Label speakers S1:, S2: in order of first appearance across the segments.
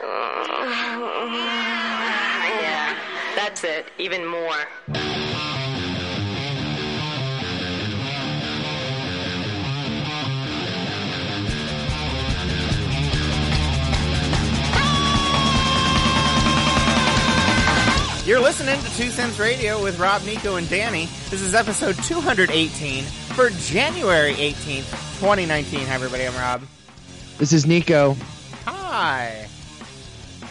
S1: spreads it even more.
S2: You're listening to Two Cents Radio with Rob, Nico, and Danny. This is episode 218 for January 18th, 2019. Hi, everybody. I'm Rob.
S3: This is Nico.
S2: Hi.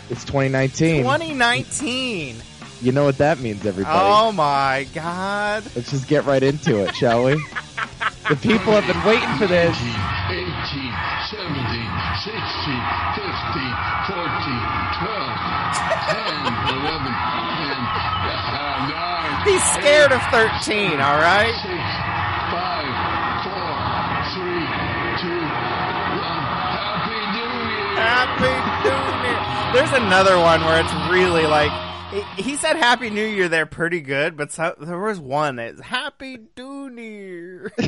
S3: It's 2019.
S2: 2019.
S3: You know what that means, everybody.
S2: Oh my God.
S3: Let's just get right into it, shall we? The people have been waiting for this.
S4: 80, 70, 60, 50, 40, 12, 10, 11, 10, uh, 9.
S2: He's scared of 13, all right?
S4: 6, 5, 4, 3, 2, 1. Happy New Year!
S2: Happy New Year. There's another one where it's really like he- he said Happy New Year there pretty good, but so, there was one that's Happy New Year.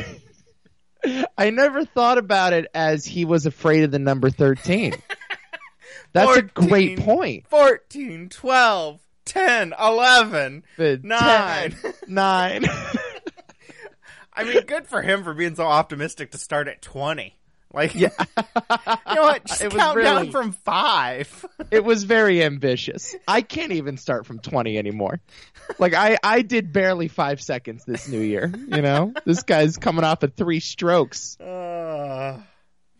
S3: I never thought about it as he was afraid of the number 13. That's a great
S2: 14,
S3: point.
S2: 14, 12, 10, 11,
S3: The
S2: 9.
S3: 10, nine.
S2: I mean, good for him for being so optimistic to start at 20. Like, you know what? Just
S3: It was
S2: count down
S3: really-
S2: from 5.
S3: it was very ambitious. I can't even start from 20 anymore. Like I, I did barely five seconds this new year. You know, this guy's coming off of three strokes.
S2: Uh,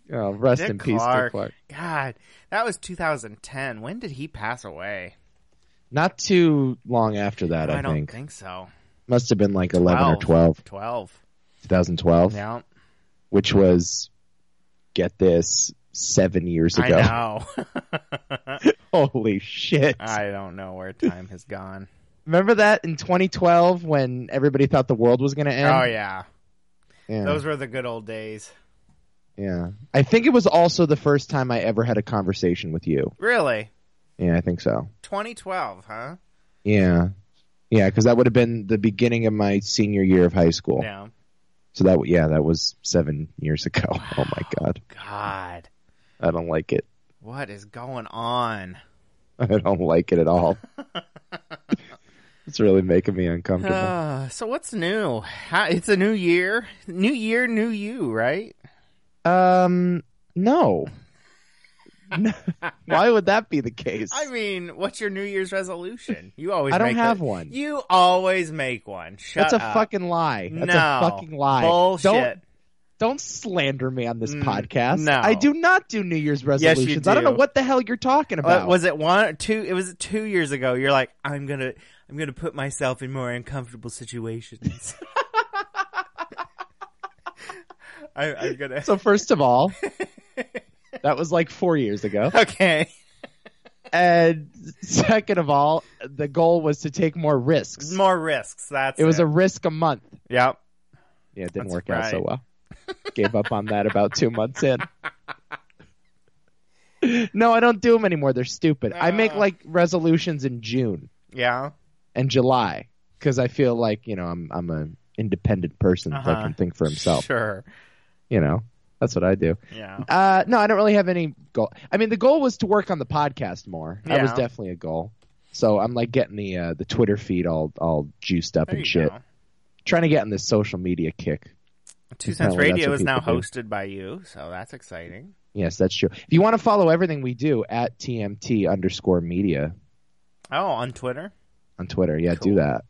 S3: Oh, rest
S2: Dick
S3: in peace,
S2: Clark.
S3: Dick Clark.
S2: God, that was 2010. When did he pass away?
S3: Not too long after that, I,
S2: don't
S3: think.
S2: so.
S3: Must have been like 11 or 12,
S2: 12.
S3: 2012,
S2: Yeah.
S3: which was, get this, seven years
S2: I
S3: ago.
S2: know.
S3: Holy shit.
S2: I don't know where time has gone.
S3: Remember that in 2012 when everybody thought the world was going to end?
S2: oh yeah.
S3: yeah.
S2: Those were the good old days.
S3: yeah. I think it was also the first time I ever had a conversation with you.
S2: Really?
S3: Yeah, I think so.
S2: 2012, huh?
S3: Yeah. Yeah, because that would have been the beginning of my senior year of high school.
S2: Yeah.
S3: So that, w- yeah, that was seven years ago. Oh my God.
S2: God.
S3: I don't like it.
S2: What is going on?
S3: I don't like it at all. it's really making me uncomfortable.
S2: Uh, so what's new? How, it's a new year. New year, new you, right? Uh.
S3: Um, no. No. Why would that be the case?
S2: I mean, what's your new year's resolution? You always
S3: I don't
S2: make
S3: have
S2: the-
S3: one.
S2: You always make one. Shut
S3: That's a
S2: up.
S3: fucking lie. That's
S2: no.
S3: a fucking lie.
S2: Bullshit.
S3: Don't don't slander me on this
S2: Mm,
S3: podcast.
S2: no.
S3: I do not do New Year's
S2: you
S3: resolutions. I don't
S2: do.
S3: know what the hell you're talking
S2: What-
S3: about.
S2: was it one or two it was two years ago you're like i'm gonna i'm gonna put myself in more uncomfortable situations I, i'm gonna
S3: so first of all, that was like four years ago.
S2: okay
S3: And second of all, the goal was to take more risks.
S2: more risks that's
S3: it was a risk a month.
S2: yep
S3: Yeah, it didn't
S2: That's
S3: work out so
S2: right.
S3: well. Gave up on that about two months in. No, I don't do them anymore. They're stupid. I make
S2: Ah.
S3: like resolutions in June
S2: yeah
S3: and July because I feel like you know I'm I'm an independent person that
S2: Uh-huh.
S3: can think for himself.
S2: sure
S3: You know, that's what I do.
S2: yeah
S3: Uh, no, I don't really have any goal. I mean, the goal was to work on the podcast more. That was
S2: Yeah.
S3: definitely a goal. So I'm like getting the uh, the Twitter feed all all juiced up
S2: there you
S3: and shit.
S2: go
S3: Trying to get in this social media kick.
S2: two
S3: Apparently
S2: cents
S3: that's
S2: radio
S3: what
S2: is now
S3: people do.
S2: hosted by you so that's exciting
S3: Yes, that's true. If you want to follow everything we do at TMT underscore media
S2: oh on twitter
S3: on Twitter, yeah,
S2: Cool.
S3: do that.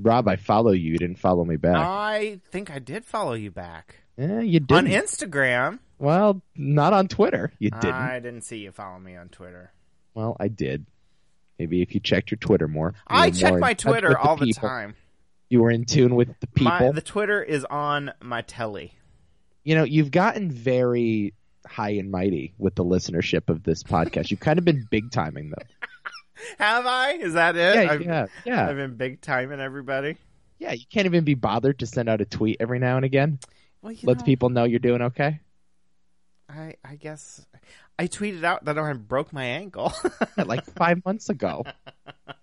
S3: Rob, I follow you. You didn't follow me back.
S2: i think i did follow you back
S3: Eh, you didn't.
S2: Uh, on instagram
S3: well, not on Twitter. You didn't.
S2: i didn't see you follow me on twitter
S3: Well, I did. Maybe if you checked your Twitter more. you
S2: I
S3: were
S2: check
S3: more
S2: my
S3: in touch with
S2: Twitter all the
S3: people.
S2: time.
S3: You were in tune with the people.
S2: My, the Twitter is on my telly.
S3: You know, you've gotten very high and mighty with the listenership of this podcast. You've kind of been big timing them.
S2: Have I? Is that it?
S3: Yeah,
S2: I've,
S3: yeah, yeah,
S2: I've been big timing everybody.
S3: yeah. You can't even be bothered to send out a tweet every now and again.
S2: Well, you
S3: Let
S2: know,
S3: people know you're doing okay.
S2: I, I guess I tweeted out that I broke my ankle.
S3: Yeah, like five months ago.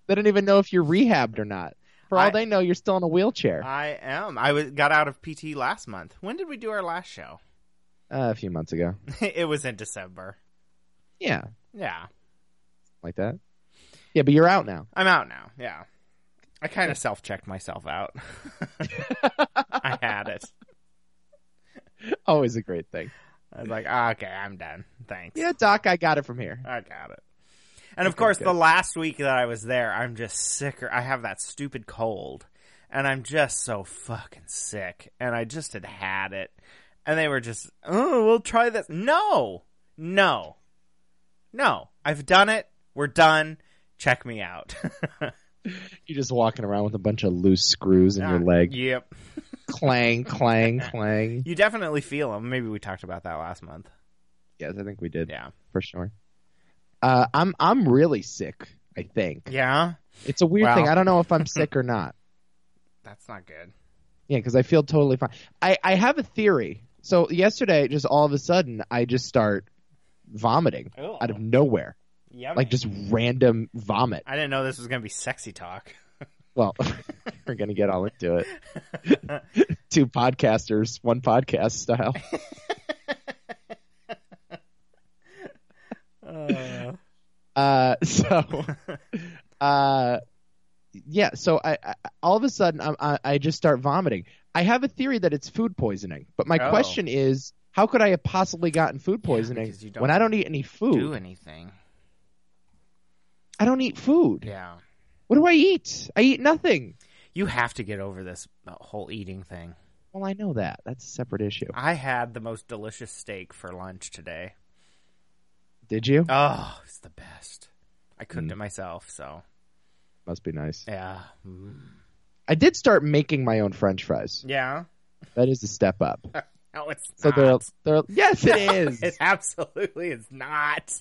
S3: They don't even know if you're rehabbed or not. For all
S2: I-
S3: they know, you're still in a wheelchair.
S2: I am. I was got out of PT last month. When did we do our last show?
S3: uh, a few months ago.
S2: it was in December.
S3: Yeah,
S2: Yeah.
S3: like that. Yeah, but you're out now.
S2: I'm out now. Yeah. I kind of self checked myself out. I had it.
S3: Always a great thing.
S2: I was like, "Ah, okay, I'm done. Thanks.
S3: Yeah, Doc, I got it from here.
S2: I got it. And of course,
S3: good.
S2: the last week that I was there, I'm just sicker. I have that stupid cold, and I'm just so fucking sick. And I just had had it, and they were just, oh, we'll try this. No, no, no. I've done it. We're done. Check me out.
S3: You're just walking around with a bunch of loose screws in your
S2: Ah,
S3: leg.
S2: Yep.
S3: Clang, clang, clang.
S2: You definitely feel them. Maybe we talked about that last month.
S3: Yes, I think we did
S2: Yeah.
S3: for sure. Uh, I'm I'm really sick. I think
S2: Yeah.
S3: it's a weird
S2: Wow.
S3: thing. I don't know if I'm sick or not.
S2: That's not good.
S3: Yeah, because I feel totally fine. I, I have a theory. So yesterday, just all of a sudden, I just start vomiting
S2: Oh.
S3: out of nowhere,
S2: Yeah.
S3: like just random vomit.
S2: I didn't know this was gonna be sexy talk.
S3: Well, we're gonna get all into it. Two podcasters, one podcast style.
S2: Uh,
S3: Uh, so, uh, yeah. So I, I all of a sudden I, I, I just start vomiting. I have a theory that it's food poisoning, but my
S2: Oh.
S3: question is, how could I have possibly gotten food poisoning
S2: because you don't
S3: when I don't eat any food?
S2: do anything.
S3: I don't eat food.
S2: Yeah.
S3: What do I eat? I eat nothing.
S2: You have to get over this uh, whole eating thing.
S3: Well, I know that. That's a separate issue.
S2: I had the most delicious steak for lunch today.
S3: Did you?
S2: Oh, it's the best. I cooked
S3: Mm.
S2: it myself, so
S3: Must be nice.
S2: yeah, Mm.
S3: I did start making my own French fries.
S2: yeah.
S3: That is a step up.
S2: No, Oh, it's
S3: So they're,
S2: not.
S3: they're Uh-uh. yes, it
S2: No,
S3: is.
S2: It absolutely is not.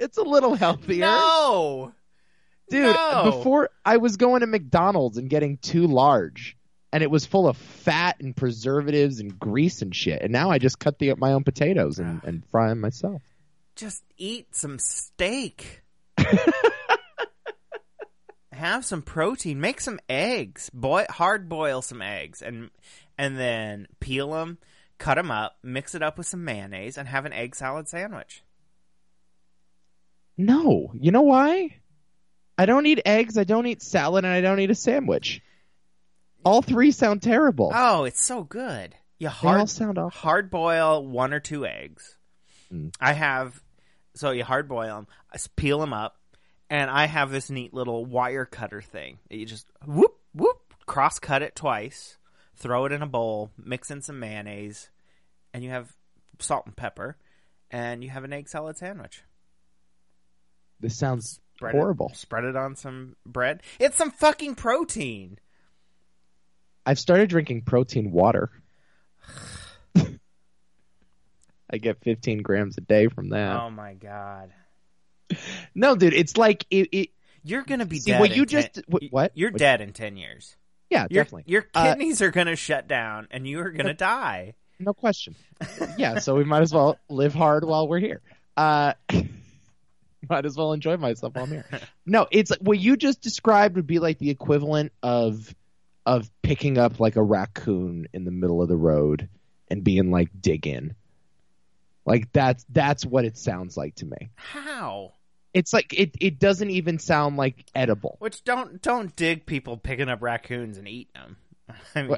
S3: It's a little healthier,
S2: No,
S3: dude.
S2: no.
S3: Before I was going to McDonald's and getting too large, and it was full of fat and preservatives and grease and shit. And now I just cut the my own potatoes and, and fry them myself.
S2: just eat some steak. Have some protein. Make some eggs. Boil, hard boil some eggs, and and then peel them, cut them up, mix it up with some mayonnaise, and have an egg salad sandwich.
S3: No, you know why? I don't eat eggs. I don't eat salad, and I don't eat a sandwich. All three sound terrible.
S2: Oh, it's so good. You
S3: they all
S2: hard
S3: sound awful.
S2: hard boil one or two eggs.
S3: Mm.
S2: I have so you hard boil them, peel them up, and I have this neat little wire cutter thing that you just whoop whoop cross cut it twice, throw it in a bowl, mix in some mayonnaise, and you have salt and pepper, and you have an egg salad sandwich.
S3: This sounds
S2: Spread
S3: horrible.
S2: It, spread it on some bread. It's some fucking protein.
S3: I've started drinking protein water. I get 15 grams a day from that.
S2: Oh my god.
S3: no, dude, it's like it. it
S2: You're gonna be
S3: See,
S2: dead.
S3: what you
S2: in ten-
S3: just- wh- what?
S2: You're
S3: What-
S2: dead in ten years.
S3: yeah,
S2: Your,
S3: definitely,
S2: your
S3: Uh,
S2: kidneys are going to shut down and you are going to die.
S3: no question. yeah, so we might as well live hard while we're here. Uh, might as well enjoy myself while I'm here. No, it's like what you just described would be like the equivalent of of picking up like a raccoon in the middle of the road and being like dig in. Like that's that's what it sounds like to me.
S2: How?
S3: It's like it, it doesn't even sound like edible.
S2: Which don't don't dig people picking up raccoons and eating them. I mean,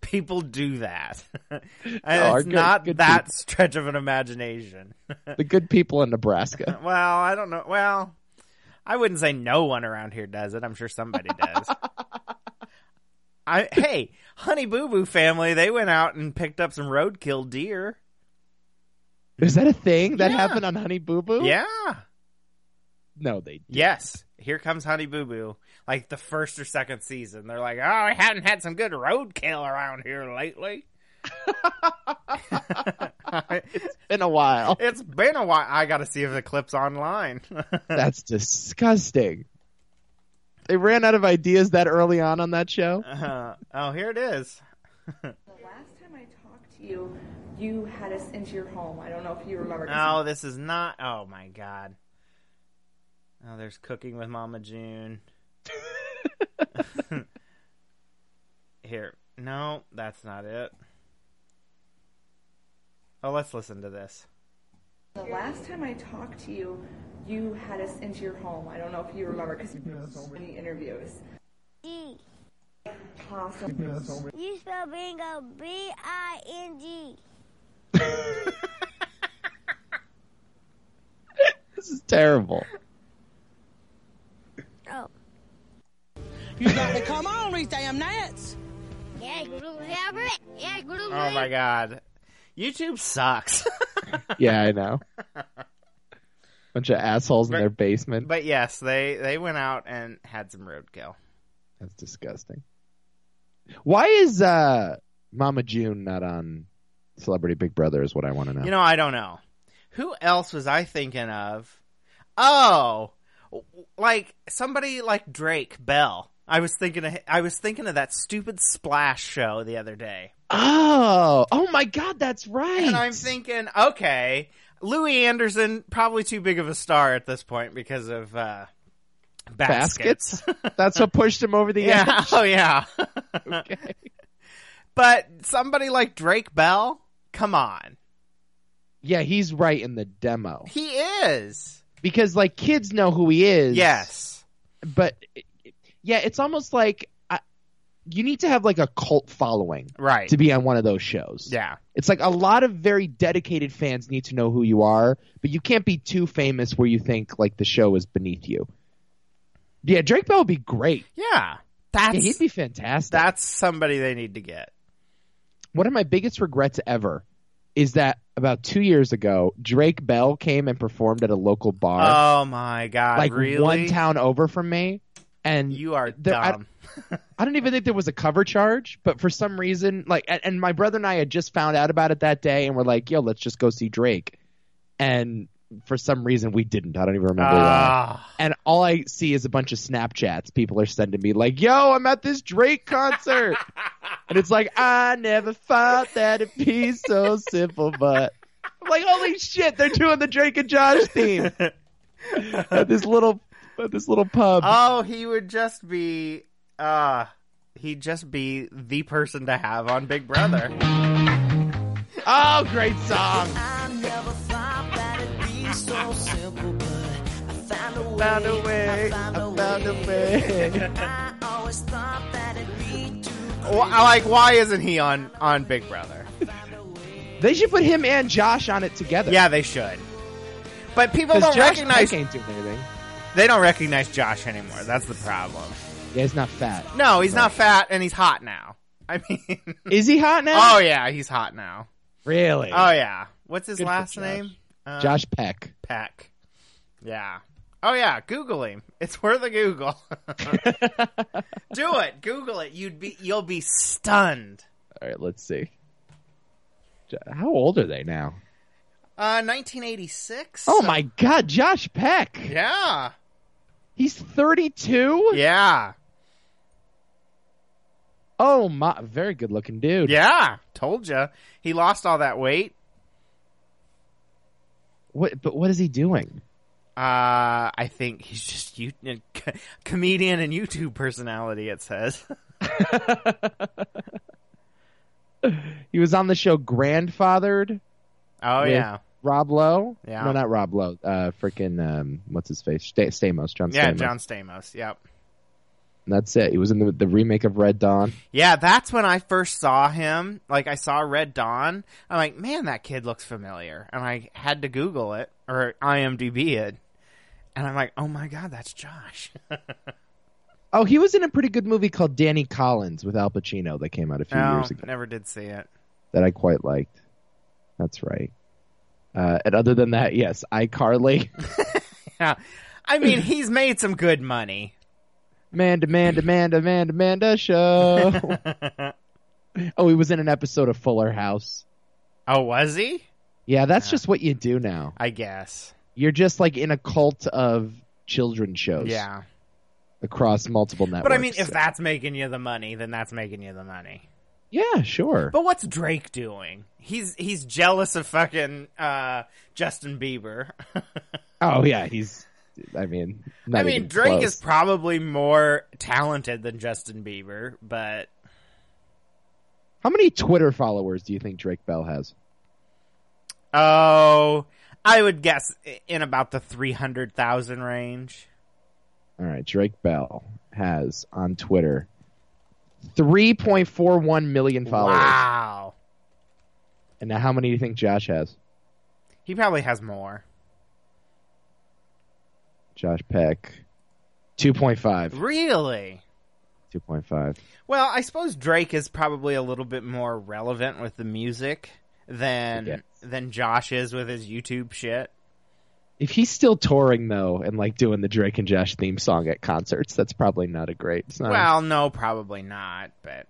S2: people do that. and
S3: are
S2: it's
S3: Oh, good-
S2: not
S3: good
S2: that
S3: people.
S2: stretch of an imagination.
S3: the good people in Nebraska.
S2: well, I don't know. Well, I wouldn't say no one around here does it. I'm sure somebody does. I hey, Honey Boo Boo family, they went out and picked up some roadkill deer.
S3: Is that a thing that
S2: Yeah.
S3: happened on Honey Boo Boo?
S2: Yeah.
S3: No, they.
S2: Yes, here comes Honey Boo Boo. Like the first or second season, they're like, "Oh, we haven't had some good roadkill around here lately.
S3: Been a while.
S2: it's been a while. I got to see if the clip's online."
S3: That's disgusting. They ran out of ideas that early on on that show.
S2: Uh, oh, here it is.
S1: The last time I talked to you, you had us into your home. I don't know if you remember. 'cause
S2: Oh, this is not. Oh my god. Oh, there's cooking with Mama June. here, no, that's not it. Oh, let's listen to this.
S1: The last time I talked to you, you had us into your home. I don't know if you remember because you did so many interviews.
S5: D.
S1: Possum.
S5: You spell bingo B I N G.
S3: This is terrible.
S5: Oh.
S6: You got to come on these damn nights.
S5: Yeah, Groove Hammer. Yeah, Groove
S2: Oh my god. YouTube sucks.
S3: Yeah, I know. Bunch of assholes in their basement.
S2: but yes, they they went out and had some roadkill.
S3: That's disgusting. Why is uh, Mama June not on Celebrity Big Brother? Is what I want to know.
S2: You know, I don't know. Who else was I thinking of? Oh, like somebody like Drake Bell. I was thinking of, I was thinking of that stupid Splash show the other day.
S3: oh, oh my God, that's right.
S2: And I'm thinking, okay, Louis Anderson probably too big of a star at this point because of uh
S3: Baskets?
S2: baskets.
S3: that's what pushed him over the
S2: yeah. Oh yeah.
S3: edge. Okay.
S2: but somebody like Drake Bell, come on.
S3: Yeah, he's right in the demo
S2: He is.
S3: because like kids know who he is.
S2: Yes.
S3: but yeah, it's almost like I, you need to have like a cult following
S2: Right.
S3: to be on one of those shows.
S2: Yeah.
S3: It's like a lot of very dedicated fans need to know who you are, but you can't be too famous where you think like the show is beneath you. Yeah, Drake Bell would be great.
S2: Yeah.
S3: Yeah,
S2: That's
S3: he'd be fantastic.
S2: that's somebody they need to get.
S3: one of my biggest regrets ever is that about two years ago, Drake Bell came and performed at a local bar,
S2: Oh my god.
S3: like
S2: really?
S3: one town over from me, and
S2: you are
S3: there- I-
S2: dumb.
S3: I don't even think there was a cover charge, but for some reason, like, and, and my brother and I had just found out about it that day, and we're like, "Yo, let's just go see Drake," and for some reason, we didn't. I don't even remember why.
S2: Ah.
S3: And all I see is a bunch of Snapchats people are sending me, like, "Yo, I'm at this Drake concert," and it's like, "I never thought that it'd be so simple," but I'm like, "Holy shit, they're doing the Drake and Josh theme at this little at this little pub."
S2: oh, he would just be uh he'd just be the person to have on Big Brother.
S3: oh great song.
S6: I never thought that it'd be so simple, but I found a way.
S2: Found a way.
S6: I found
S2: I
S6: a
S2: found a
S6: way.
S2: way.
S6: I always thought that it'd be too
S2: Wh- like why isn't he on on Big Brother?
S3: They should put him and Josh on it together.
S2: Yeah, they should. But people
S3: Because
S2: don't
S3: Josh
S2: recognize
S3: Peck ain't doing anything.
S2: they don't recognize Josh anymore. That's the problem.
S3: Yeah, he's not fat.
S2: No, he's not fat and he's hot now. I mean,
S3: Is he hot now?
S2: oh yeah, he's hot now.
S3: really?
S2: Oh yeah. What's his
S3: Good for
S2: last
S3: Josh.
S2: name? Uh,
S3: Josh Peck.
S2: Peck. Yeah. Oh yeah, Google him. It's worth a Google. Do it. Google it. You'd be you'll be stunned.
S3: All right, let's see. Jo- How old are they now?
S2: Uh 1986.
S3: Oh my God, Josh Peck.
S2: Yeah.
S3: He's 32.
S2: Yeah.
S3: Oh my, very good looking dude.
S2: Yeah. Told you. He lost all that weight.
S3: What, but what is he doing?
S2: Uh, I think he's just you, co- comedian and YouTube personality. It says
S3: He was on the show Grandfathered.
S2: Oh
S3: with
S2: yeah,
S3: Rob Lowe.
S2: Yeah.
S3: No, not Rob Lowe. Uh, freaking um, what's his face? Sta- Stamos. John.
S2: yeah,
S3: Stamos.
S2: John Stamos. Yep.
S3: And that's it. He was in the, the remake of Red Dawn.
S2: Yeah, that's when I first saw him. Like I saw Red Dawn. I'm like, man, that kid looks familiar. And I had to Google it or IMDb it, and I'm like, oh my god, that's Josh.
S3: Oh, he was in a pretty good movie called Danny Collins with Al Pacino that came out a few
S2: Oh, no,
S3: years ago
S2: never did see it.
S3: that I quite liked. That's right. Uh, and other than that, yes, iCarly.
S2: Yeah, I mean, he's made some good money.
S3: Man, demand, demand, demand, Amanda show. oh, he was in an episode of Fuller House.
S2: Oh, was he?
S3: Yeah, that's just what you do now.
S2: I guess.
S3: You're just like in a cult of children's shows
S2: Yeah.
S3: across multiple networks.
S2: But I mean, if that's making you the money, then that's making you the money.
S3: yeah, sure.
S2: But what's Drake doing? He's he's jealous of fucking uh, Justin Bieber.
S3: Oh yeah, he's. I mean, not
S2: I mean,
S3: even
S2: Drake
S3: close.
S2: is probably more talented than Justin Bieber, but
S3: How many Twitter followers do you think Drake Bell has?
S2: oh, I would guess i- in about the 300,000 range.
S3: All right, Drake Bell has on Twitter 3.41 million followers.
S2: Wow.
S3: And now how many do you think Josh has?
S2: He probably has more.
S3: Josh Peck 2.5.
S2: Really?
S3: 2.5.
S2: Well, I suppose Drake is probably a little bit more relevant with the music than
S3: Yes.
S2: than Josh is with his YouTube shit.
S3: If he's still touring though and like doing the Drake and Josh theme song at concerts, that's probably not a great. It's not
S2: Well, no, probably not, but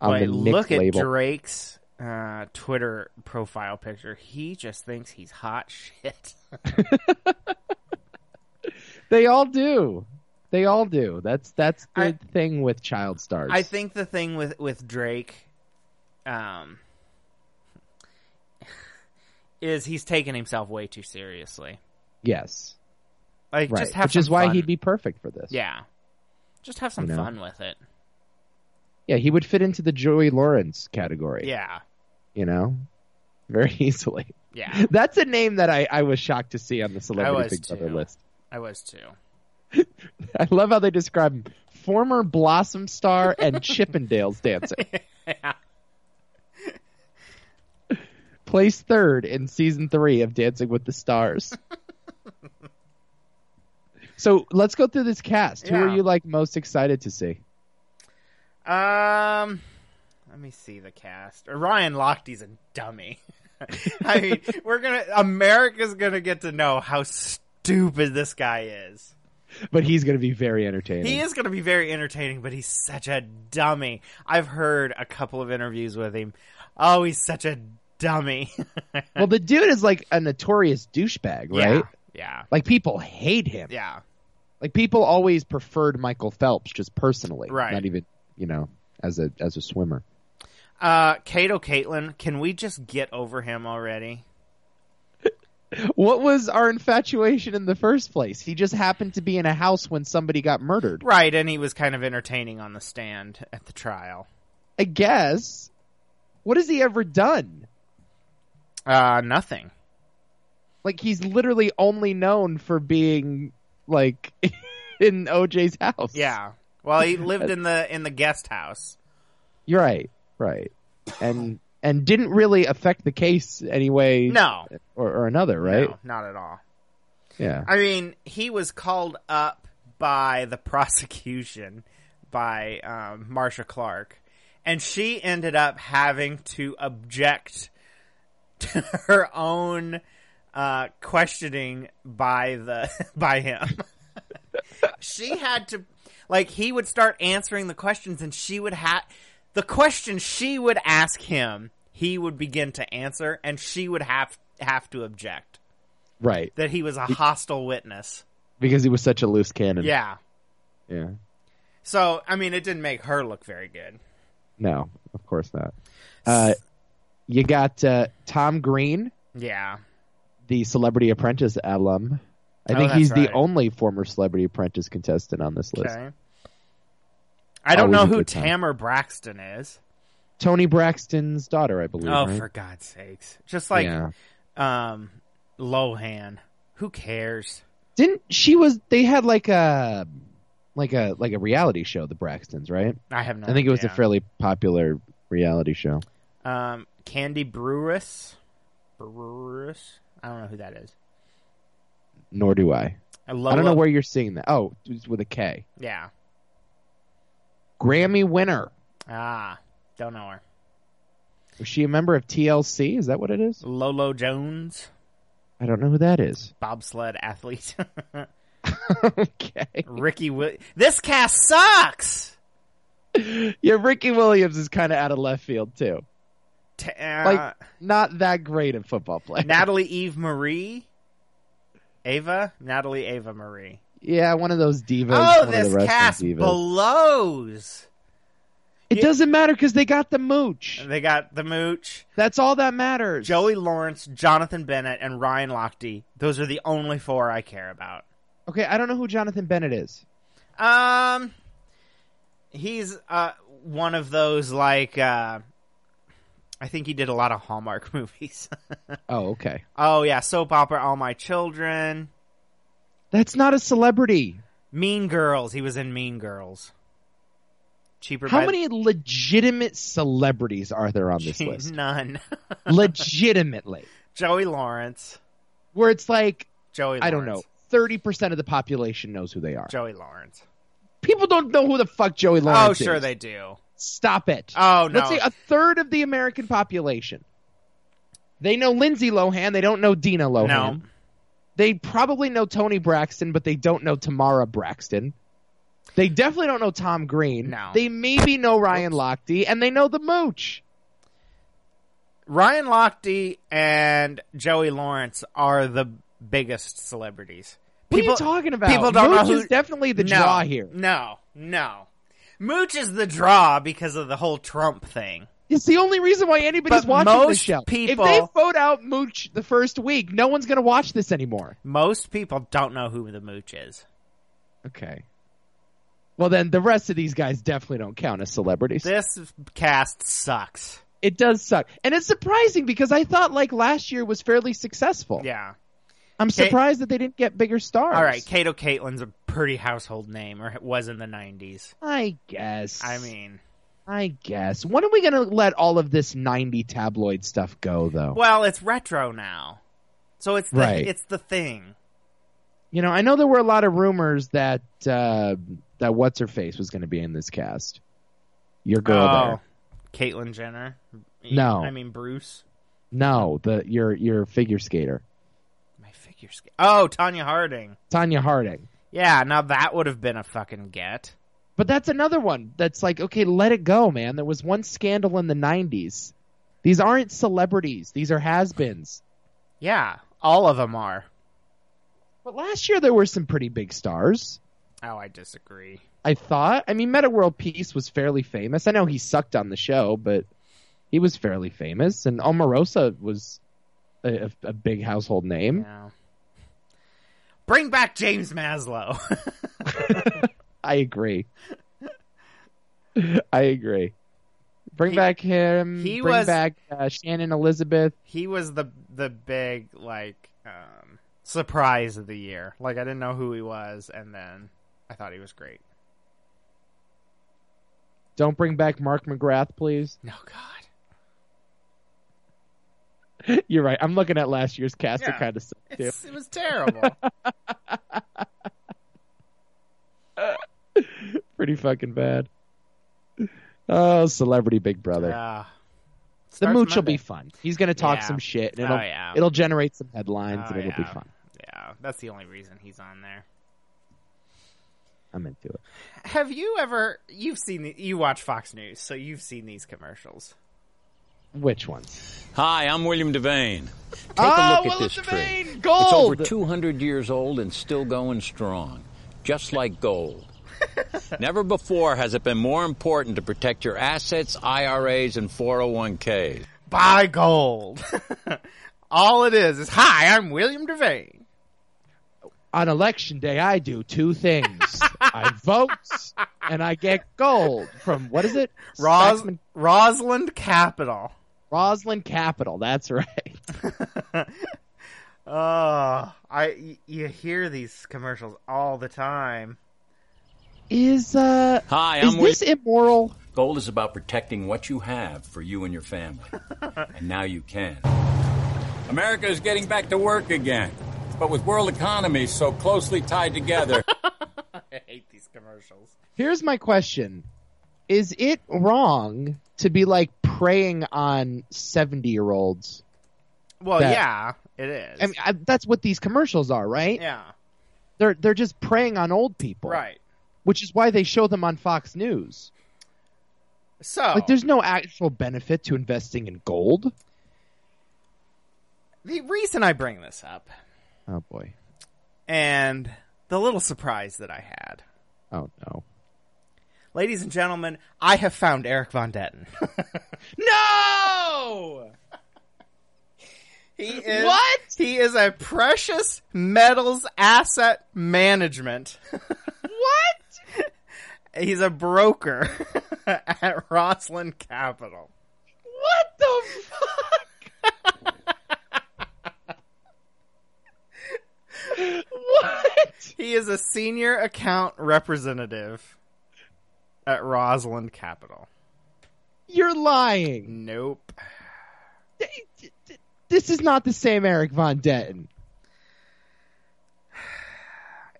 S3: on
S2: But
S3: the Nick
S2: look
S3: label.
S2: at Drake's uh, Twitter profile picture. He just thinks he's hot shit.
S3: They all do. They all do. That's that's the
S2: I-
S3: thing with child stars.
S2: I think the thing with with Drake, um, is he's taking himself way too seriously.
S3: yes.
S2: Like
S3: Right.
S2: just have
S3: Which is
S2: some
S3: why
S2: fun.
S3: he'd be perfect for this.
S2: yeah. Just have some
S3: You know?
S2: fun with it.
S3: Yeah, he would fit into the Joey Lawrence category.
S2: Yeah.
S3: You know? Very easily.
S2: Yeah.
S3: That's a name that I, I was shocked to see on the
S2: I was
S3: celebrity Big Brother
S2: too.
S3: list.
S2: I was too.
S3: I love how they describe him. Former Blossom star and Chippendales dancer.
S2: Yeah.
S3: Placed third in season three of Dancing with the Stars. so let's go through this cast. Who
S2: Yeah.
S3: are you like most excited to see?
S2: Um, let me see the cast. Uh, Ryan Lochte's a dummy. I mean, we're gonna America's gonna get to know how stupid this guy is.
S3: But he's going to be very entertaining.
S2: He is gonna be very entertaining, but he's such a dummy. I've heard a couple of interviews with him. Oh, he's such a dummy.
S3: Well, the dude is like a notorious douchebag, right?
S2: Yeah. Yeah.
S3: Like people hate him.
S2: Yeah.
S3: Like people always preferred Michael Phelps just personally,
S2: Right.
S3: Not even you know as a as a swimmer.
S2: Uh, Cato Caitlin, can we just get over him already?
S3: What was our infatuation in the first place? He just happened to be in a house when somebody got murdered.
S2: Right, and he was kind of entertaining on the stand at the trial.
S3: I guess. What has he ever done?
S2: Uh, nothing.
S3: Like he's literally only known for being like in OJ's house.
S2: Yeah. Well, he lived in the in the guest house.
S3: You're right. Right. And and didn't really affect the case anyway
S2: No,
S3: or, or another, right?
S2: no, not at all.
S3: Yeah.
S2: I mean, he was called up by the prosecution by um, Marsha Clark, and she ended up having to object to her own uh, questioning by the by him. she had to like he would start answering the questions, and she would have the question she would ask him. He would begin to answer, and she would have have to object
S3: Right.
S2: that he was a hostile witness.
S3: Because he was such a loose cannon.
S2: Yeah.
S3: Yeah.
S2: So, I mean, it didn't make her look very good.
S3: No, of course not. Uh, you got uh, Tom Green,
S2: Yeah.
S3: the Celebrity Apprentice alum. I
S2: Oh,
S3: think
S2: that's
S3: he's the
S2: right.
S3: only former Celebrity Apprentice contestant on this list.
S2: Okay. I don't
S3: Always
S2: know
S3: a
S2: who
S3: good time.
S2: Tamara Braxton is.
S3: Tony Braxton's daughter, I believe.
S2: Oh,
S3: right?
S2: for God's sakes. Just like
S3: yeah.
S2: um Lohan. Who cares?
S3: Didn't she was? They had like a like a like a reality show, the Braxtons, right?
S2: I have no
S3: I think it was a
S2: idea.
S3: fairly popular reality show.
S2: um Candy Brewis. Brewis. I don't know who that is.
S3: Nor do I.
S2: I love
S3: I don't know where you're seeing that. Oh, it's with a K.
S2: Yeah.
S3: Grammy winner.
S2: Ah, don't know her.
S3: Was she a member of TLC? Is that what it is?
S2: Lolo Jones,
S3: I don't know who that is.
S2: bobsled athlete.
S3: okay.
S2: Ricky Wi- This cast sucks.
S3: Yeah, Ricky Williams is kind of out of left field too.
S2: T-
S3: Like,
S2: uh,
S3: not that great at football play.
S2: Natalie Eve Marie, Ava, Natalie Ava Marie.
S3: yeah, one of those divas.
S2: Oh,
S3: one of
S2: this
S3: the wrestling
S2: cast
S3: divas.
S2: blows.
S3: it doesn't matter because they got the mooch.
S2: They got the Mooch,
S3: That's all that matters.
S2: Joey Lawrence, Jonathan Bennett, and Ryan Lochte. Those are the only four I care about.
S3: Okay, I don't know who Jonathan Bennett is.
S2: Um, he's uh one of those like uh I think he did a lot of Hallmark movies.
S3: Oh, okay.
S2: oh yeah, soap opera, All My Children,
S3: That's not a celebrity.
S2: Mean Girls. He was in Mean Girls. Cheaper.
S3: How
S2: by-
S3: many legitimate celebrities are there on this list?
S2: None.
S3: Legitimately.
S2: Joey Lawrence.
S3: Where it's like,
S2: Joey. Lawrence.
S3: I don't know, 30% of the population knows who they are.
S2: Joey Lawrence.
S3: People don't know who the fuck Joey Lawrence
S2: oh sure
S3: is.
S2: they do.
S3: Stop it.
S2: Oh no.
S3: Let's say a third of the American population. They know Lindsay Lohan. They don't know Dina Lohan.
S2: no.
S3: They probably know Tony Braxton, but they don't know Tamara Braxton. They definitely don't know Tom Green.
S2: No.
S3: They maybe know Ryan Lochte, and they know the Mooch.
S2: Ryan Lochte and Joey Lawrence are the biggest celebrities.
S3: What are you talking about?
S2: People don't
S3: Mooch
S2: know who,
S3: is definitely the
S2: no,
S3: draw here.
S2: No, no. Mooch is the draw because of the whole Trump thing.
S3: It's the only reason why anybody's
S2: But
S3: watching this
S2: most
S3: show.
S2: people-
S3: If they vote out Mooch the first week, no one's going to watch this anymore.
S2: Most people don't know who the Mooch is.
S3: Okay. Well, then the rest of these guys definitely don't count as celebrities.
S2: This cast sucks.
S3: It does suck. And it's surprising because I thought like last year was fairly successful.
S2: Yeah.
S3: I'm
S2: Kate-
S3: surprised that they didn't get bigger stars.
S2: All right, Kato Caitlin's a pretty household name, or it was in the '90s.
S3: I guess.
S2: I mean,
S3: I guess. When are we going to let all of this 90 tabloid stuff go though?
S2: well, it's retro now, so it's the,
S3: Right.
S2: it's the thing.
S3: You know, I know there were a lot of rumors that uh that what's her face was going to be in this cast. Your girl there.
S2: Oh. Caitlyn Jenner.
S3: No.
S2: I mean Bruce.
S3: No, the your your figure skater.
S2: My figure skate. Oh, Tanya Harding.
S3: Tanya Harding.
S2: Yeah, now that would have been a fucking get.
S3: But that's another one that's like, okay, let it go, man. There was one scandal in the 90s. These aren't celebrities, these are has beens.
S2: Yeah, all of them are.
S3: But last year there were some pretty big stars,
S2: Oh, I disagree.
S3: I thought. I mean, Meta World Peace was fairly famous. I know he sucked on the show, but he was fairly famous. And Omarosa was a, a- a big household name.
S2: No. Bring back James Maslow.
S3: I agree. I agree. Bring back him.
S2: he
S3: bring
S2: was-
S3: back uh, Shannon Elizabeth.
S2: he was the the big like um, surprise of the year. Like I didn't know who he was, and then I thought he was great.
S3: Don't bring back Mark McGrath, please.
S2: No God,
S3: You're right. I'm looking at last year's cast.
S2: Yeah.
S3: It kind of sucked too.
S2: It's- it was terrible.
S3: Pretty fucking bad. Oh, celebrity Big Brother.
S2: Ah.
S3: the
S2: Starts
S3: Mooch will
S2: Monday.
S3: be fun. He's gonna talk
S2: Yeah.
S3: some shit. And it'll
S2: Oh, yeah.
S3: it'll generate some headlines
S2: Oh,
S3: and it'll be
S2: yeah.
S3: fun.
S2: Yeah, that's the only reason he's on there.
S3: I'm into it.
S2: Have you ever? You've seen the, you watch Fox News, so you've seen these commercials.
S3: Which ones?
S7: Hi, I'm William Devane. Take
S3: Oh,
S7: a look at
S3: Willem
S7: this tree.
S3: Devane,
S7: It's over
S3: gold!
S7: 200 years old and still going strong, just like gold. Never before has it been more important to protect your assets, IRAs, and 401ks.
S2: Buy gold. All it is is hi, I'm William Devane.
S3: On election day, I do two things: I vote and I get gold from what is it?
S2: Ros-
S3: Saxman-
S2: Rosalind Capital.
S3: Roslyn Capital. That's right.
S2: Oh, I y- you hear these commercials all the time.
S3: Is uh
S7: Hi,
S3: is
S7: I'm
S3: this
S7: William.
S3: immoral?
S7: Gold is about protecting what you have for you and your family. and now you can. America is getting back to work again, but with world economies so closely tied together.
S2: I hate these commercials.
S3: Here's my question. Is it wrong to be like preying on 70 year olds?
S2: Well,
S3: That-
S2: yeah, it is.
S3: I mean, I, that's what these commercials are, right?
S2: yeah,
S3: They're they're just preying on old people,
S2: right.
S3: Which is why they show them on Fox News.
S2: So
S3: Like, there's no actual benefit to investing in gold.
S2: the reason I bring this up
S3: Oh boy.
S2: and the little surprise that I had.
S3: Oh no.
S2: Ladies and gentlemen, I have found Eric Von Detten.
S3: No.
S2: he is
S3: What?
S2: He is a precious metals asset management. what? He's a broker at Roslyn Capital.
S3: What the What?
S2: He is a senior account representative at Rosalind Capital.
S3: You're lying.
S2: Nope.
S3: This is not the same Eric Von Detten.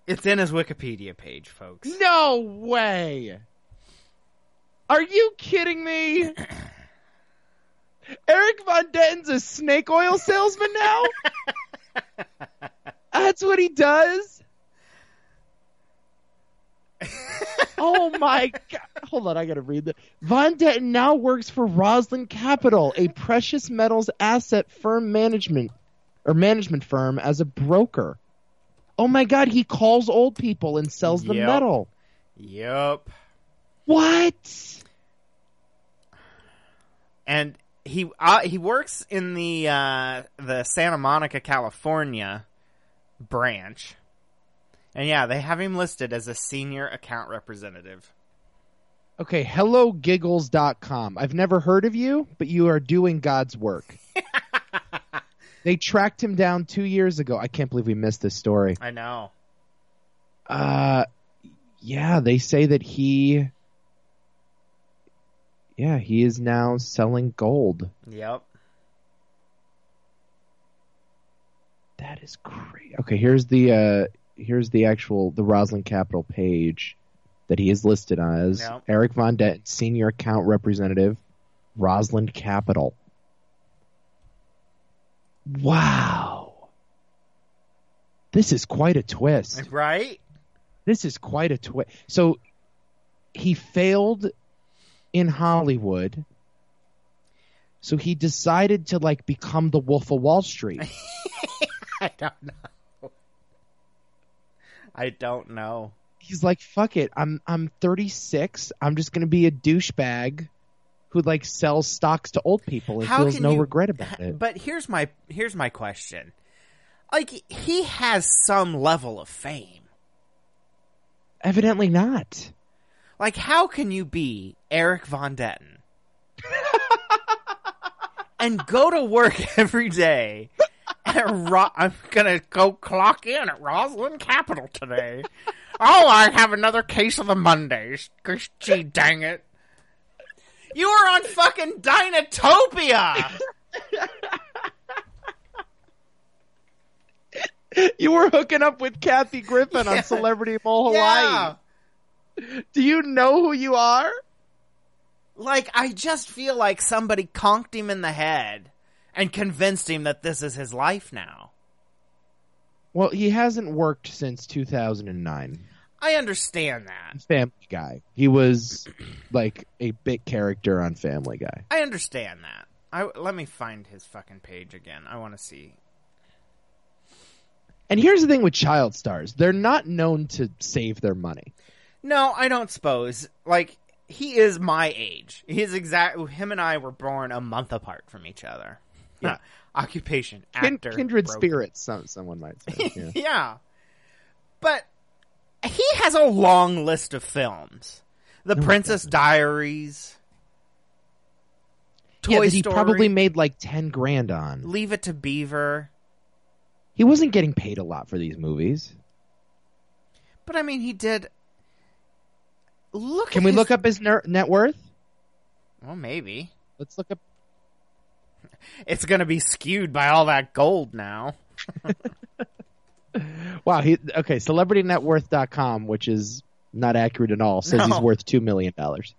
S2: It's in his Wikipedia page, folks.
S3: No way. Are you kidding me? Eric Von Denton's a snake oil salesman now? That's what he does? oh my god. Hold on, I gotta read that. Von Detten now works for Roslyn Capital, a precious metals asset firm management or management firm as a broker. Oh my god, he calls old people and sells them
S2: Yep.
S3: metal.
S2: Yep.
S3: What?
S2: And he uh, he works in the uh, the Santa Monica, California branch. And yeah, they have him listed as a senior account representative.
S3: Okay, hellogiggles.com. I've never heard of you, but you are doing God's work. they tracked him down two years ago. I can't believe we missed this story.
S2: I know.
S3: Uh, yeah, they say that he. Yeah, he is now selling gold.
S2: Yep.
S3: That is crazy. Okay, here's the uh here's the actual the Roslyn Capital page that he is listed as
S2: Yep.
S3: Eric Von Det, senior account representative, Roslyn Capital. Wow. This is quite a twist.
S2: Right?
S3: This is quite a twist. So he failed in Hollywood. So he decided to like become the Wolf of Wall Street.
S2: I don't know. I don't know.
S3: he's like, "Fuck it, I'm I'm 36. I'm just gonna be a douchebag who like sells stocks to old people and feels no
S2: you-
S3: regret about it."
S2: But here's my here's my question. Like he has some level of fame.
S3: Evidently not.
S2: Like how can you be Eric Von Detten and go to work every day? At Ro- I'm gonna go clock in at Roslyn Capital today. oh, I have another case of the Mondays. Gosh, gee, dang it! You are on fucking Dinatopia.
S3: You were hooking up with Kathy Griffin on Celebrity Mole
S2: yeah.
S3: Hawaii. Do you know who you are?
S2: Like, I just feel like somebody conked him in the head and convinced him that this is his life now.
S3: Well, he hasn't worked since 2009.
S2: I understand that.
S3: Family Guy. He was like a bit character on Family Guy.
S2: I understand that. I, let me find his fucking page again. I want to see.
S3: And here's the thing with child stars. They're not known to save their money.
S2: No, I don't suppose. Like, he is my age. He is exact. Him and I were born a month apart from each other.
S3: Yeah.
S2: Occupation,
S3: Kin-
S2: actor.
S3: kindred
S2: broker.
S3: spirits, some, someone might say. Yeah.
S2: yeah. But he has a long list of films.
S3: Oh
S2: The Princess Diaries. Toy
S3: Yeah, that he
S2: Story.
S3: probably made like ten grand on.
S2: Leave It to Beaver.
S3: He wasn't getting paid a lot for these movies.
S2: But I mean, he did. Look.
S3: Can
S2: at
S3: we
S2: his-
S3: look up his ner- net worth?
S2: Well, maybe
S3: Let's look up.
S2: it's going to be skewed by all that gold now.
S3: Wow. He okay. CelebrityNetWorth.com, which is not accurate at all, says
S2: No.
S3: he's worth two million dollars.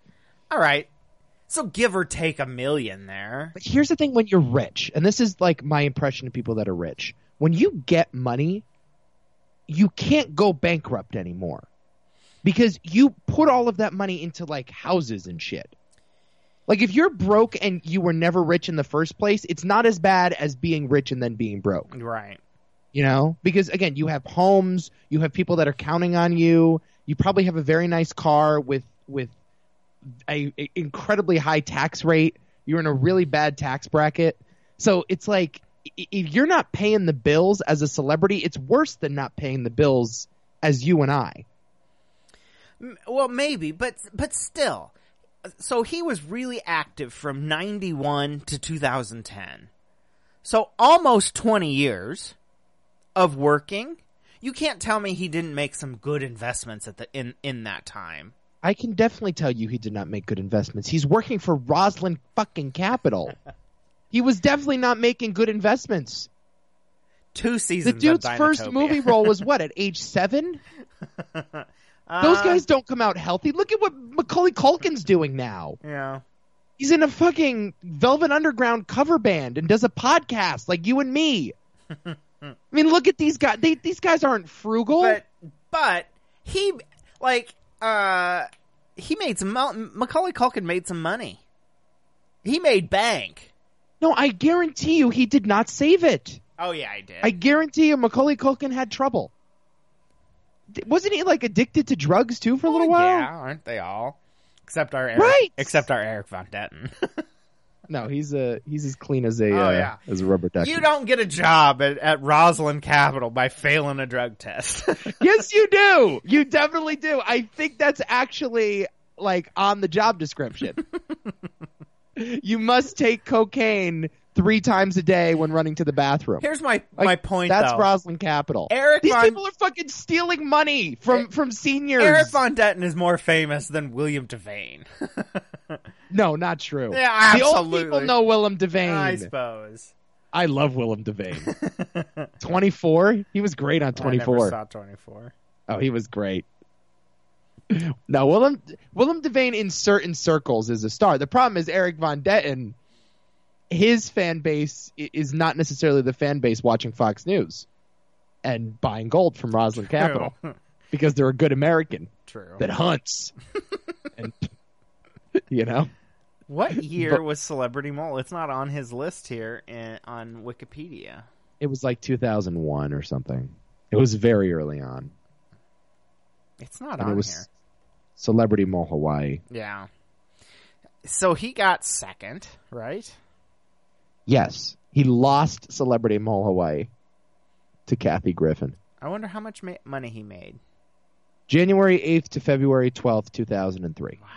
S2: All right. So give or take a million there.
S3: But here's the thing: when you're rich, and this is like my impression of people that are rich, when you get money, you can't go bankrupt anymore because you put all of that money into like houses and shit. Like if you're broke and you were never rich in the first place, it's not as bad as being rich and then being broke,
S2: Right.
S3: you know? Because again, you have homes, you have people that are counting on you, you probably have a very nice car with with a, a incredibly high tax rate. You're in a really bad tax bracket. So it's like i- if you're not paying the bills as a celebrity, it's worse than not paying the bills as you and I.
S2: Well, maybe, but but still, so he was really active from 91 to 2010. So almost 20 years of working. You can't tell me he didn't make some good investments at the in in that time.
S3: I can definitely tell you he did not make good investments. He's working for Roslyn fucking Capital. he was definitely not making good investments.
S2: Two
S3: The
S2: seasons
S3: dude's
S2: of Dinotopia.
S3: first movie role was what at age seven.
S2: Uh,
S3: Those guys don't come out healthy. Look at what Macaulay Culkin's doing now.
S2: Yeah.
S3: He's in a fucking Velvet Underground cover band and does a podcast like you and me. I mean, look at these guys. They, these guys aren't frugal.
S2: but but he like uh he made some mo- Macaulay Culkin made some money. He made bank.
S3: no, I guarantee you, he did not save it.
S2: Oh yeah, I did.
S3: I guarantee you, Macaulay Culkin had trouble. D- Wasn't he like addicted to drugs too for a little while?
S2: Oh, Yeah, aren't they all? Except our Eric,
S3: Right!
S2: Except our Eric Von Detten.
S3: No, he's uh, he's as clean as a
S2: Oh,
S3: uh,
S2: yeah.
S3: as a rubber duck.
S2: you don't get a job at, at Roslyn Capital by failing a drug test.
S3: yes, you do. You definitely do. I think that's actually like on the job description. you must take cocaine three times a day when running to the bathroom.
S2: Here's my
S3: Like,
S2: my point
S3: That's
S2: though.
S3: Roslyn Capital.
S2: Eric
S3: These
S2: Von- E-,
S3: people are fucking stealing money from from seniors.
S2: Eric Von Detten is more famous than William Devane.
S3: no, not true.
S2: Yeah,
S3: The old people
S2: absolutely.
S3: know Willem Devane.
S2: I suppose.
S3: I love Willem Devane. 24? He was great on
S2: I never
S3: 24.
S2: saw 24.
S3: Oh, he was great. No, Willem Willem Devane in certain circles is a star. The problem is Eric Von Detten. His fan base i- is not necessarily the fan base watching Fox News and buying gold from Roslyn Capital because they're a good American
S2: True.
S3: that hunts. and you know,
S2: What year
S3: But-
S2: was Celebrity Mole? It's not on his list here in, on Wikipedia.
S3: it was like 2001 or something. It was very early on.
S2: It's not
S3: And
S2: on
S3: it was Celebrity Mole Hawaii.
S2: here. Yeah. So he got second, right?
S3: Yes, he lost Celebrity Mole Hawaii to Kathy Griffin.
S2: I wonder how much ma- money he made.
S3: January 8th to February 12th, 2003.
S2: Wow.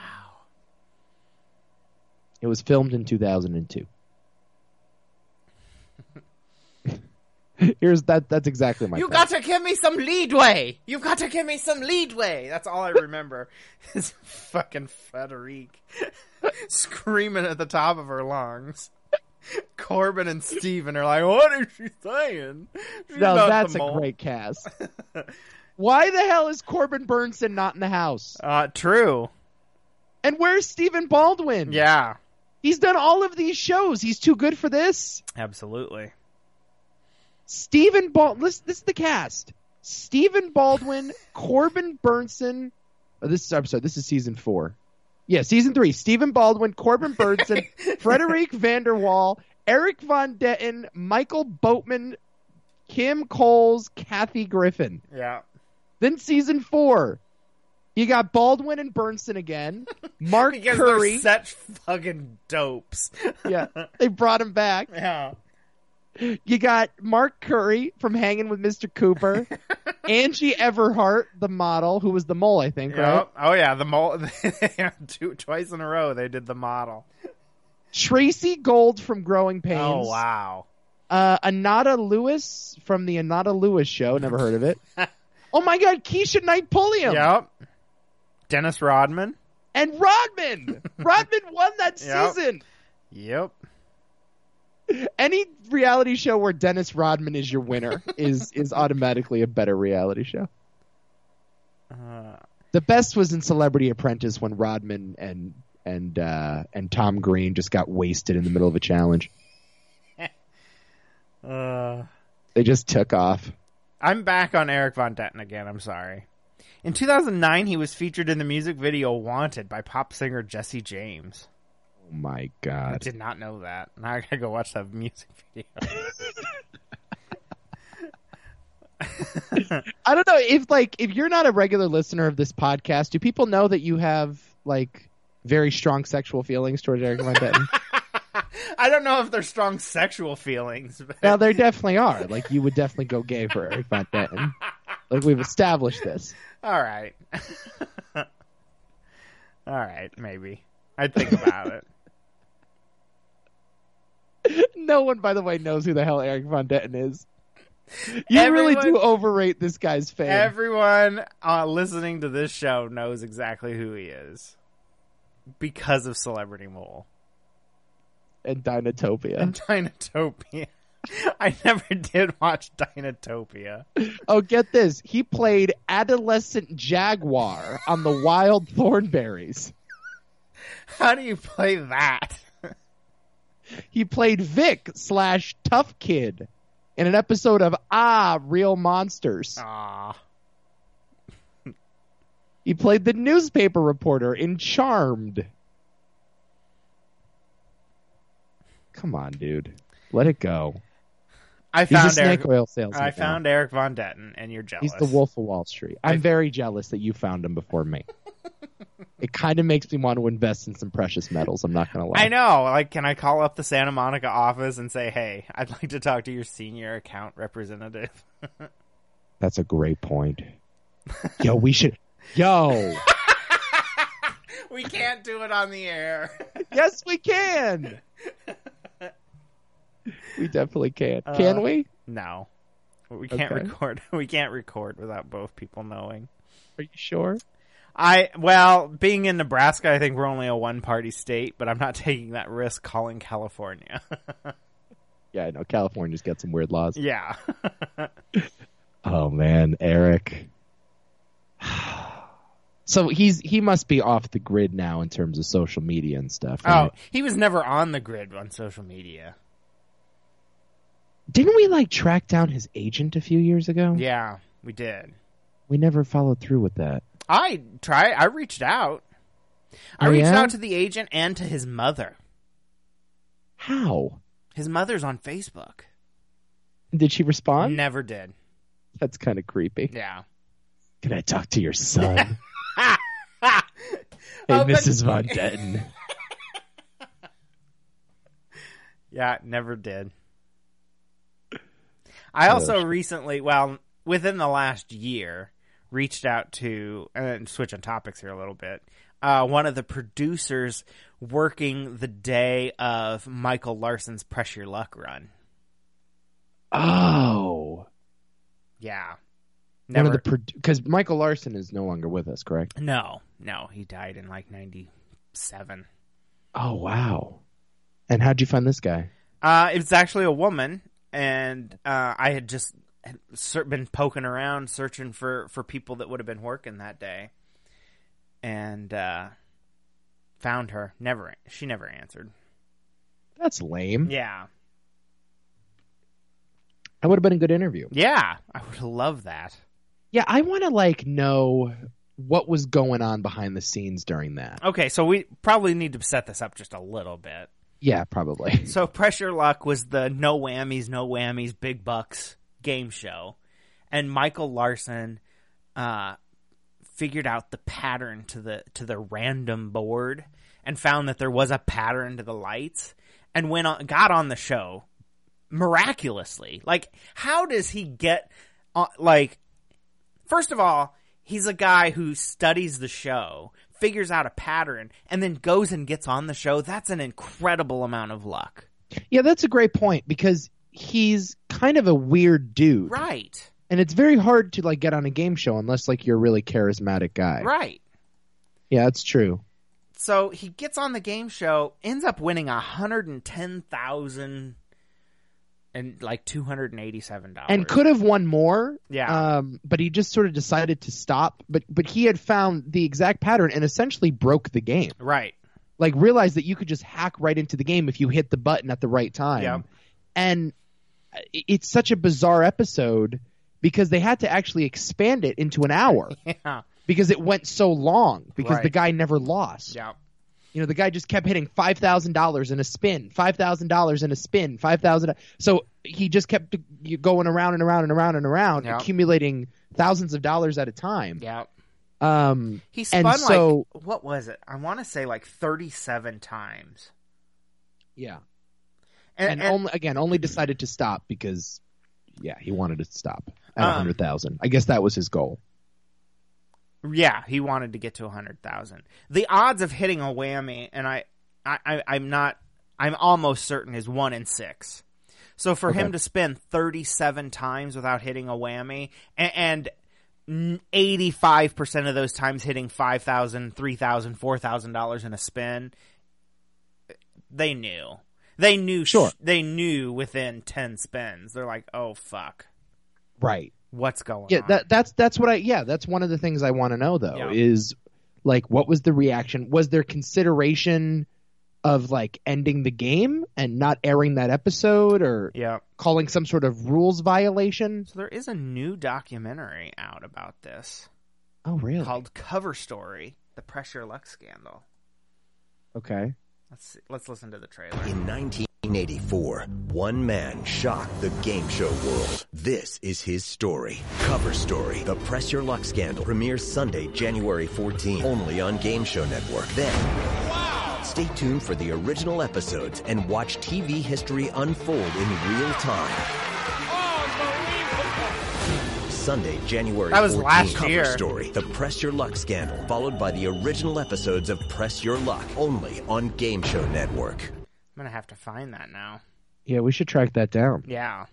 S3: It was filmed in 2002. Here's that that's exactly my
S2: You
S3: point.
S2: got to give me some leadway. You've got to give me some leadway. That's all I remember. is fucking Frederique screaming at the top of her lungs. Corbin and Steven are like, "What is she saying?" She's
S3: No,
S2: not the
S3: that's a
S2: mole."
S3: great cast. Why the hell is Corbin Burnson not in the house?
S2: Uh, true.
S3: And where's Stephen Baldwin?
S2: Yeah,
S3: He's done all of these shows. He's too good for this.
S2: absolutely.
S3: Stephen Baldwin. This, this is the cast: Stephen Baldwin, Corbin Burnson. Oh, this is I'm sorry. This is season four. Yeah, season three. Stephen Baldwin, Corbin Burnson, Frederick Vanderwall, Eric Von Detten, Michael Boatman, Kim Coles, Kathy Griffin.
S2: Yeah.
S3: Then season four, you got Baldwin and Burnson again. Mark Curry.
S2: such fucking dopes.
S3: Yeah, they brought him back.
S2: Yeah.
S3: You got Mark Curry from Hanging with Mr. Cooper, Angie Everhart, the model, who was the mole, I think, right?
S2: Yep. Oh yeah, the mole. two twice in a row they did the model.
S3: Tracy Gold from Growing Pains.
S2: Oh wow.
S3: Uh, Anata Lewis from the Anata Lewis Show. Never heard of it. oh my God, Keisha Knight Pulliam
S2: Yep. Dennis Rodman.
S3: and Rodman. Rodman won that
S2: Yep.
S3: season.
S2: Yep.
S3: Any reality show where Dennis Rodman is your winner is is automatically a better reality show.
S2: Uh,
S3: The best was in Celebrity Apprentice when Rodman and and uh, and Tom Green just got wasted in the middle of a challenge.
S2: uh,
S3: They just took off.
S2: I'm back on Eric Von Detten again. I'm sorry. In 2009, he was featured in the music video "Wanted" by pop singer Jesse James.
S3: Oh my
S2: I
S3: god!
S2: did not know that. Now I gotta go watch that music video.
S3: I don't know if like if you're not a regular listener of this podcast, do people know that you have like very strong sexual feelings towards Eric Von Detten?
S2: I don't know if they're strong sexual feelings, but
S3: now there definitely are. Like you would definitely go gay for Eric Von Detten. Like we've established this.
S2: all right, all right, maybe. I'd think about it.
S3: No one, by the way, knows who the hell Eric Von Detten is. You really do
S2: Everyone-
S3: overrate this guy's fame.
S2: Everyone uh, listening to this show knows exactly who he is because of Celebrity Mole
S3: and Dinotopia.
S2: and Dinotopia. I never did watch Dinotopia.
S3: oh, get this. He played adolescent Jaguar on the Wild Thornberries.
S2: How do you play that?
S3: He played Vic slash Tough Kid in an episode of Ah, Real Monsters.
S2: Aw.
S3: He played the newspaper reporter in Charmed. Come on, dude. Let it go.
S2: I
S3: He's a
S2: found
S3: snake
S2: Eric.
S3: oil salesman.
S2: I
S3: now.
S2: found Eric Von Detten, and you're jealous.
S3: He's the Wolf of Wall Street. I'm very jealous that you found him before me. it kind of makes me want to invest in some precious metals. I'm not going to lie.
S2: I know. Like, can I call up the Santa Monica office and say, "Hey, I'd like to talk to your senior account representative"?
S3: That's a great point. Yo, we should. Yo,
S2: we can't do it on the air.
S3: yes, we can. We definitely can. can
S2: Uh,
S3: we?
S2: no, we can't
S3: Okay.
S2: record. We can't record without both people knowing.
S3: Are you sure?
S2: I well, being in Nebraska, I think we're only a one-party state, but I'm not taking that risk calling California.
S3: Yeah, I know. California's got some weird laws.
S2: yeah.
S3: Oh man, Eric. So he's he must be off the grid now in terms of social media and stuff.
S2: oh,
S3: right?
S2: he was never on the grid on social media.
S3: didn't we like track down his agent a few years ago?
S2: Yeah, we did.
S3: we never followed through with that.
S2: I try. I reached out. I
S3: Oh,
S2: reached
S3: yeah?
S2: out to the agent and to his mother.
S3: How
S2: His mother's on Facebook.
S3: did she respond?
S2: Never did.
S3: That's kind of creepy.
S2: Yeah.
S3: Can I talk to your son?
S2: Ha!
S3: Hey,
S2: Oh, but-
S3: Mrs. Von Detten.
S2: Yeah, never did. I also recently, well, within the last year, reached out to and switching topics here a little bit. Uh, one of the producers working the day of Michael Larson's Press Your Luck run.
S3: Oh,
S2: Yeah,
S3: one
S2: never.
S3: of the because Michael Larson is no longer with us, correct?
S2: no, no, he died in like '97.
S3: Oh wow. And how'd you find this guy?
S2: Uh, it was actually a woman, and uh, I had just had ser- been poking around, searching for, for people that would have been working that day, and uh, found her. Never, she never answered.
S3: That's lame.
S2: Yeah,
S3: That would have been a good interview.
S2: yeah, I would love that.
S3: Yeah, I want to like know what was going on behind the scenes during that.
S2: Okay, so we probably need to set this up just a little bit.
S3: Yeah, probably.
S2: So Pressure Luck was the no whammies, no whammies, big bucks game show, and Michael Larson uh, figured out the pattern to the to the random board and found that there was a pattern to the lights and went on got on the show miraculously. Like, how does he get on? Like, first of all, he's a guy who studies the show, figures out a pattern, and then goes and gets on the show. That's an incredible amount of luck.
S3: Yeah, that's a great point because he's kind of a weird dude,
S2: Right.
S3: and it's very hard to like get on a game show unless like you're a really charismatic guy.
S2: Right.
S3: Yeah, that's true.
S2: So he gets on the game show, ends up winning a hundred and ten thousand and like two hundred and eighty seven dollars.
S3: and could have won more.
S2: Yeah.
S3: Um, but he just sort of decided to stop. But but he had found the exact pattern and essentially broke the game.
S2: Right.
S3: Like realized that you could just hack right into the game if you hit the button at the right time.
S2: Yeah.
S3: And it- it's such a bizarre episode because they had to actually expand it into an hour
S2: Yeah.
S3: because it went so long because
S2: Right.
S3: the guy never lost.
S2: Yeah.
S3: You know, the guy just kept hitting five thousand dollars in a spin, five thousand dollars in a spin, five thousand. So he just kept you going around and around and around and around,
S2: Yeah.
S3: accumulating thousands of dollars at a time.
S2: Yeah.
S3: Um,
S2: He spun
S3: And so-
S2: like what was it? I want to say like thirty seven times.
S3: yeah,
S2: And,
S3: and,
S2: and-
S3: only again, only decided to stop because, yeah, he wanted to stop at a
S2: Um,
S3: hundred thousand. I guess that was his goal.
S2: Yeah, he wanted to get to a hundred thousand. The odds of hitting a whammy, and I, I, I, I'm not, I'm almost certain is one in six. So for him to spin 37 times without hitting a whammy, and, and 85% of those times hitting five thousand, three thousand, four thousand dollars in a spin, they knew. They knew.
S3: Sure.
S2: They knew within 10 spins. They're like, oh fuck,
S3: Right.
S2: what's going
S3: Yeah,
S2: on?
S3: that that's that's what I yeah, that's one of the things I want to know though
S2: Yeah.
S3: is like what was the reaction? Was there consideration of like ending the game and not airing that episode or
S2: yeah.
S3: calling some sort of rules violation?
S2: So there is a new documentary out about this
S3: Oh really?
S2: called Cover Story: The Pressure Luck Scandal.
S3: Okay.
S2: Let's see, let's listen to the trailer.
S8: In 1984, one man shocked the game show world. This is his story. Cover Story, The Press Your Luck Scandal, premieres Sunday, January 14, only on Game Show Network. Then, stay tuned for the original episodes and watch TV history unfold in real time. Sunday, January
S2: That was
S8: 14,
S2: last
S8: Cover
S2: year.
S8: Story, The Press Your Luck Scandal, followed by the original episodes of Press Your Luck, only on Game Show Network.
S2: I'm gonna have to find that now.
S3: Yeah, we should track that down.
S2: Yeah,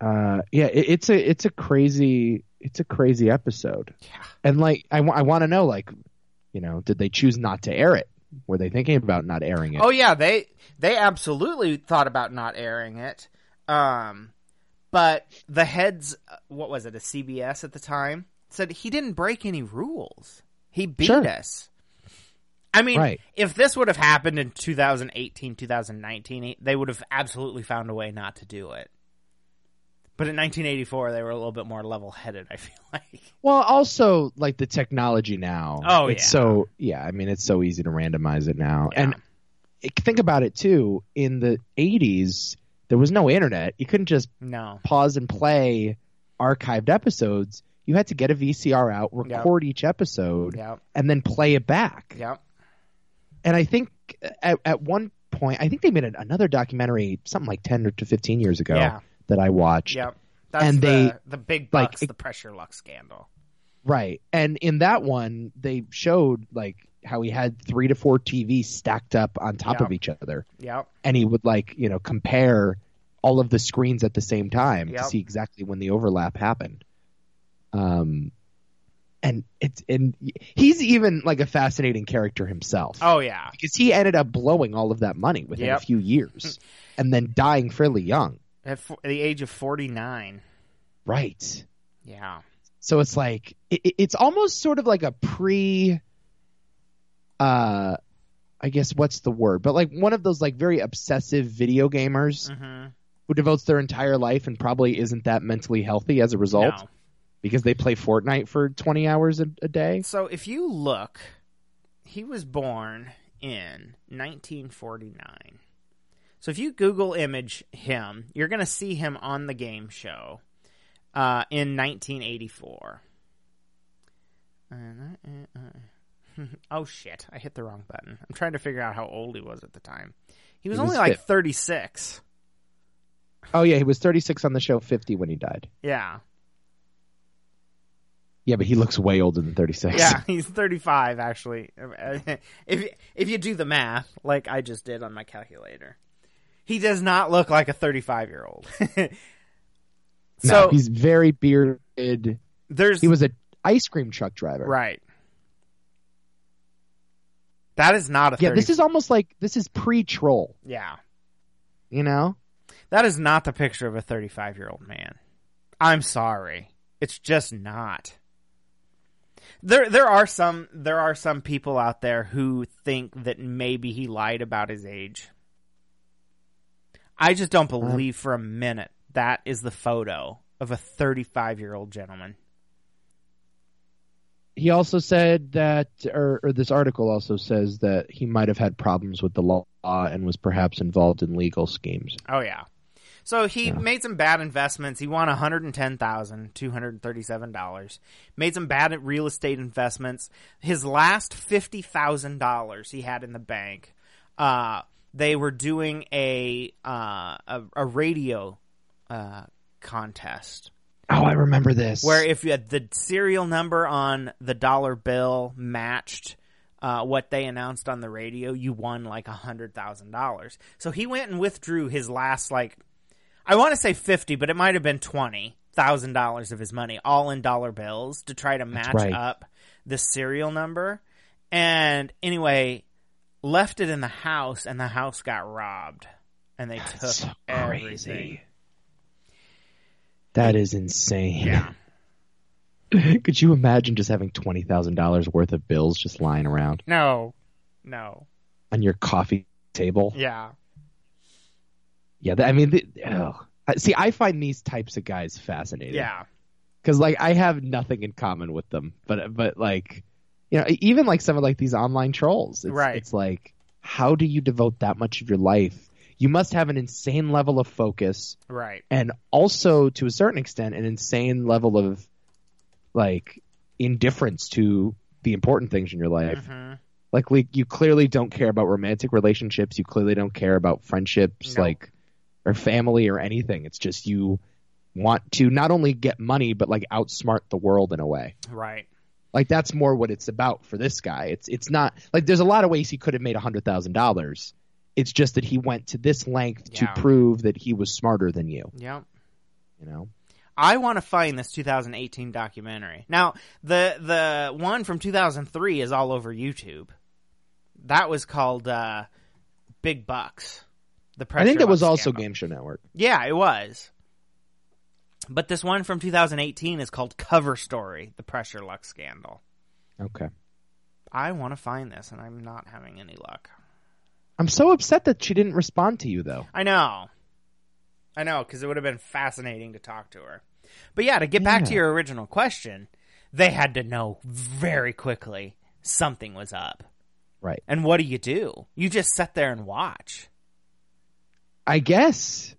S3: uh yeah it, it's a it's a crazy it's a crazy episode yeah and like i, wa- I want to know like you know did they choose not to air it were they thinking about not airing it
S2: Oh yeah, they they absolutely thought about not airing it. Um, but the heads, uh, what was it, a CBS at the time, said he didn't break any rules. He beat
S3: Sure.
S2: us. I mean,
S3: Right.
S2: if this would have happened in 2018, 2019, eh, they would have absolutely found a way not to do it. But in 1984, they were a little bit more level-headed. I feel like.
S3: well also like the technology now
S2: Oh,
S3: it's
S2: yeah.
S3: so yeah i mean it's so easy to randomize it now
S2: Yeah.
S3: and it- think about it too in the 80s there was no internet you couldn't just
S2: No.
S3: pause and play archived episodes you had to get a vcr out
S2: Yeah.
S3: record each episode
S2: Yep.
S3: and then play it back
S2: Yep.
S3: and I think uh, at, at one point, I think they made an, another documentary something like ten or to fifteen years ago
S2: Yeah.
S3: that I watched.
S2: Yep. That's
S3: And
S2: the,
S3: they,
S2: the big
S3: like,
S2: bucks,
S3: it-
S2: the pressure luck scandal.
S3: Right, and in that one, they showed like how he had three to four TVs stacked up on top
S2: Yeah.
S3: of each other,
S2: Yep.
S3: and he would like you know compare all of the screens at the same time
S2: Yep.
S3: to see exactly when the overlap happened. Um. And it's and he's even like a fascinating character himself.
S2: Oh yeah.
S3: because he ended up blowing all of that money within
S2: Yep.
S3: a few years and then dying fairly young.
S2: At fo- the age of 49.
S3: Right.
S2: Yeah.
S3: So it's like it, it- it's almost sort of like a pre uh I guess what's the word? But like one of those like very obsessive video gamers
S2: Mm-hmm.
S3: who devotes their entire life and probably isn't that mentally healthy as a result because they play Fortnite for 20 hours a, a day.
S2: So if you look, he was born in 1949. So if you Google image him, you're going to see him on the game show uh, in 1984. Uh, uh, uh. oh shit! I hit the wrong button. I'm trying to figure out how old he was at the time. He was,
S3: He was
S2: only like
S3: fif-
S2: 36.
S3: Oh yeah, he was 36 on the show, 50 when he died.
S2: Yeah.
S3: Yeah, but he looks way older than 36.
S2: Yeah, he's 35 actually. If if you do the math, like I just did on my calculator, he does not look like a 35 year old.
S3: No,
S2: so
S3: he's very bearded.
S2: there's
S3: He was a ice cream truck driver.
S2: right. That is not a
S3: Yeah,
S2: 30,
S3: this is almost like this is pre-troll,
S2: yeah.
S3: you know?
S2: That is not the picture of a 35 year old man. I'm sorry. It's just not. There, there are some, there are some people out there who think that maybe he lied about his age. I just don't believe for a minute that is the photo of a 35 year old gentleman.
S3: He also said that or, or this article also says that he might have had problems with the law and was perhaps involved in legal schemes.
S2: Oh yeah. So he made some bad investments. He won one hundred and ten thousand two hundred thirty-seven dollars. Made some bad real estate investments. His last fifty thousand dollars he had in the bank. Uh, they were doing a uh, a, a radio uh, contest
S3: Oh, I remember this.
S2: where if you had the serial number on the dollar bill matched uh, what they announced on the radio, you won like a hundred thousand dollars. So he went and withdrew his last like I want to say fifty, but it might have been twenty thousand dollars of his money, all in dollar bills, to try to match
S3: right.
S2: up the serial number. And anyway, left it in the house, and the house got robbed, and they took
S3: so
S2: everything.
S3: crazy. That is insane.
S2: Yeah.
S3: Could you imagine just having twenty thousand dollars worth of bills just lying around
S2: No, no,
S3: on your coffee table?
S2: yeah.
S3: Yeah, that, I mean, the, oh. I- see, I find these types of guys fascinating.
S2: Yeah.
S3: because like I have nothing in common with them, but but like you know, e, even like some of like these online trolls, it's,
S2: Right.
S3: It's like, how do you devote that much of your life? You must have an insane level of focus,
S2: Right.
S3: and also to a certain extent, an insane level of like indifference to the important things in your life.
S2: Mm-hmm.
S3: Like, like you clearly don't care about romantic relationships. You clearly don't care about friendships,
S2: No.
S3: like or family or anything. It's just you want to not only get money but like outsmart the world in a way.
S2: Right.
S3: Like that's more what it's about for this guy. It's it's not like there's a lot of ways he could have made a hundred thousand dollars. It's just that he went to this length
S2: Yeah.
S3: to prove that he was smarter than you.
S2: Yep.
S3: You know.
S2: I want to find this 2018 documentary. Now, the the one from 2003 is all over YouTube. That was called uh, Big Bucks. The
S3: I think
S2: Pressure
S3: that was
S2: Lock
S3: also
S2: Scandal.
S3: Game Show Network.
S2: Yeah, it was. But this one from 2018 is called Cover Story: The Pressure Luck Scandal.
S3: Okay.
S2: I want to find this, and I'm not having any luck.
S3: I'm so upset that she didn't respond to you though.
S2: I know. I know, because it would have been fascinating to talk to her. But yeah, to get back to
S3: Yeah.
S2: your original question, they had to know very quickly something was up.
S3: Right.
S2: And what do you do? You just sit there and watch.
S3: I guess.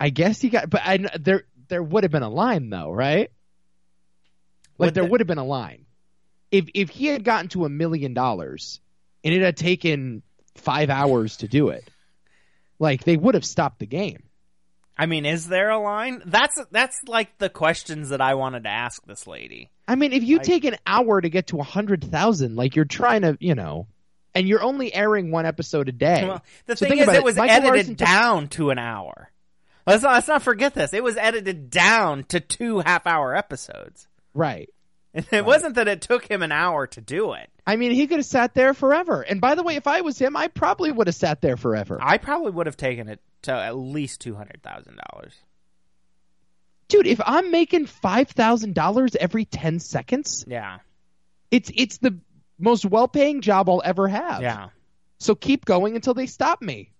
S3: I guess he got, but I, there there would have been a line though, right? Like
S2: Would
S3: there
S2: the-
S3: would have been a line. If if he had gotten to a million dollars, and it had taken five hours to do it, like they would have stopped the game.
S2: I mean, is there a line? That's that's like the questions that I wanted to ask this lady.
S3: I mean, if you take an hour to get to a hundred thousand, like you're trying to, you know, and you're only airing one episode a day.
S2: Well, the
S3: So
S2: thing
S3: think
S2: is,
S3: about
S2: it was
S3: Michael
S2: edited
S3: Larson took-
S2: down to an hour. Let's not, let's not forget this. It was edited down to two half-hour episodes.
S3: right.
S2: It wasn't that it took him an hour to do it.
S3: I mean, he could have sat there forever. And by the way, if I was him, I probably would have sat there forever.
S2: I probably would have taken it to at least two hundred thousand dollars.
S3: dude if i'm making $5000 every 10 seconds
S2: Yeah,
S3: it's it's the most well-paying job i'll ever have
S2: yeah,
S3: so keep going until they stop me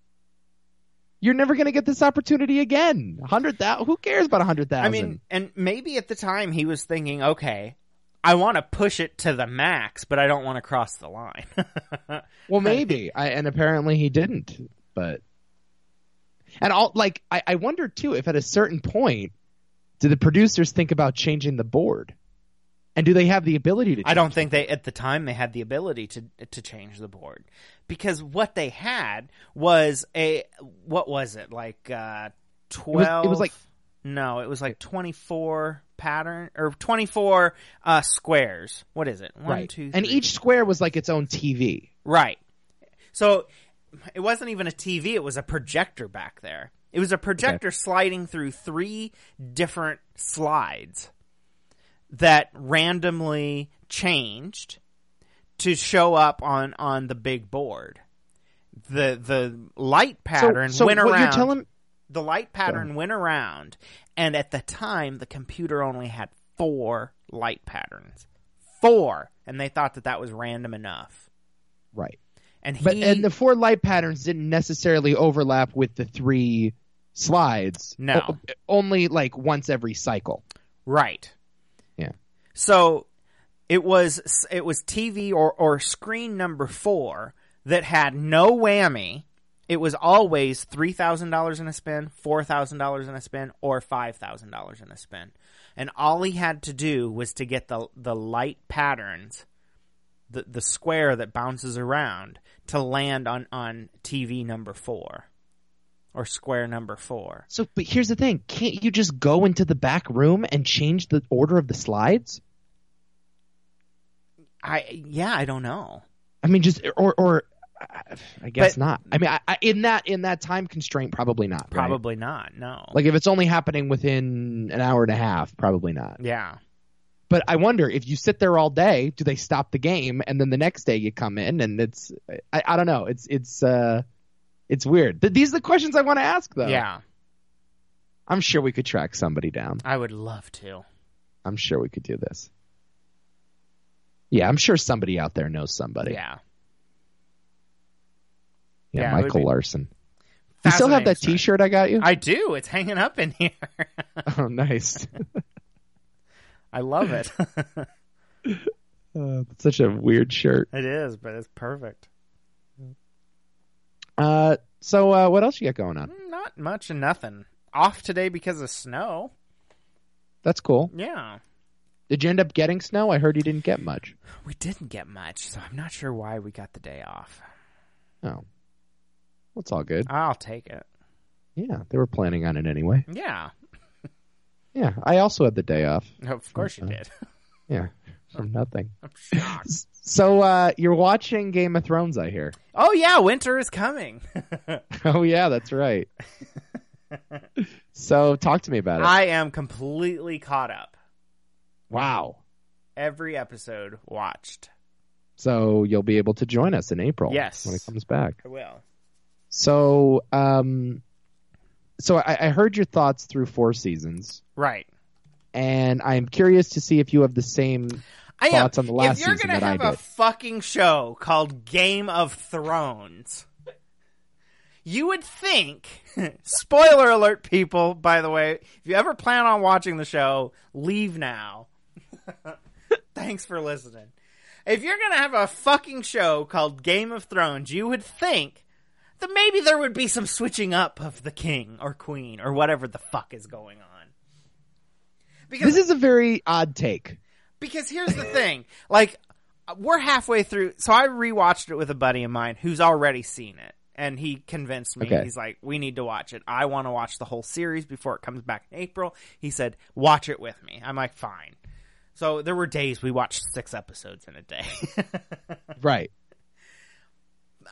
S3: you're never going to get this opportunity again 100000 who cares about 100000
S2: I mean, and maybe at the time he was thinking, okay, I want to push it to the max, but I don't want to cross the line.
S3: well maybe I, and apparently he didn't but and all like I, I wonder too if at a certain point do the producers think about changing the board and do they have the ability to
S2: I don't think they at the time they had the ability to to change the board because what they had was a what was it like uh, twelve?
S3: it was like-
S2: no, it was like twenty four pattern or twenty four uh, squares. What is it? One,
S3: right
S2: two, three.
S3: and each square was like its own tv
S2: Right. So it wasn't even a TV, it was a projector back there. It was a projector sliding through three different slides that randomly changed to show up on on the big board. The the light pattern
S3: so
S2: went
S3: what
S2: around.
S3: you're telling
S2: the light pattern went around and at the time the computer only had 4 light patterns. 4 and they thought that that was random enough.
S3: right
S2: And he
S3: but and the four light patterns didn't necessarily overlap with the three slides
S2: No.
S3: O- only like once every cycle
S2: Right.
S3: Yeah.
S2: So it was it was TV or or screen number 4 that had no whammy. It was always $3,000 in a spin, $4,000 in a spin or $5,000 in a spin. And all he had to do was to get the the light patterns the the square that bounces around to land on on TV number 4 or square number four.
S3: So, but here's the thing: can't you just go into the back room and change the order of the slides?
S2: I yeah, I don't know.
S3: I mean, just or or I- I guess
S2: But-
S3: not. I mean, I, I, in that in that time constraint, probably not. right?
S2: Probably not. No.
S3: Like if it's only happening within an hour and a half, probably not.
S2: yeah.
S3: But I wonder if you sit there all day, do they stop the game and then the next day you come in and it's I, I don't know. It's it's uh it's weird. Th- these are the questions I want to ask though.
S2: Yeah.
S3: I'm sure we could track somebody down.
S2: I would love to.
S3: I'm sure we could do this. Yeah, I'm sure somebody out there knows somebody.
S2: Yeah.
S3: Yeah,
S2: Yeah, it would
S3: Michael
S2: be-
S3: Larson. You still have that
S2: Fascinating
S3: T-shirt I got you?
S2: story. I do. It's hanging up in here.
S3: oh, nice.
S2: I love it.
S3: Uh, it's such a weird shirt.
S2: it is, but it's perfect.
S3: Uh, so uh, what else you got going on?
S2: Not much and nothing. Off today because of snow.
S3: That's cool.
S2: Yeah.
S3: Did you end up getting snow? I heard you didn't get much.
S2: We didn't get much, so I'm not sure why we got the day off.
S3: Oh, that's all good.
S2: I'll take it.
S3: Yeah, they were planning on it anyway.
S2: Yeah.
S3: Yeah, I also had the day off.
S2: Of course you did.
S3: Yeah, from nothing.
S2: I'm shocked.
S3: So uh, you're watching Game of Thrones, I hear.
S2: Oh yeah, winter is coming.
S3: Oh yeah, that's right. so talk to me about it.
S2: I am completely caught up.
S3: wow.
S2: Every episode watched.
S3: So you'll be able to join us in April.
S2: Yes.
S3: when it comes back.
S2: I will.
S3: So um, so I, I heard your thoughts through four seasons.
S2: Right.
S3: and I'm curious to see if you have the same.
S2: I am.
S3: Thoughts on the last
S2: if you're
S3: season
S2: gonna
S3: that I
S2: have a
S3: did.
S2: fucking show called Game of Thrones, you would think. spoiler alert, people. By the way, if you ever plan on watching the show, leave now. Thanks for listening. If you're gonna have a fucking show called Game of Thrones, you would think that maybe there would be some switching up of the king or queen or whatever the fuck is going on. Because
S3: This is a very odd take.
S2: because here's the thing like we're halfway through so i rewatched it with a buddy of mine who's already seen it and he convinced me
S3: Okay.
S2: he's like we need to watch it i want to watch the whole series before it comes back in april he said watch it with me i'm like fine so there were days we watched six episodes in a day
S3: Right.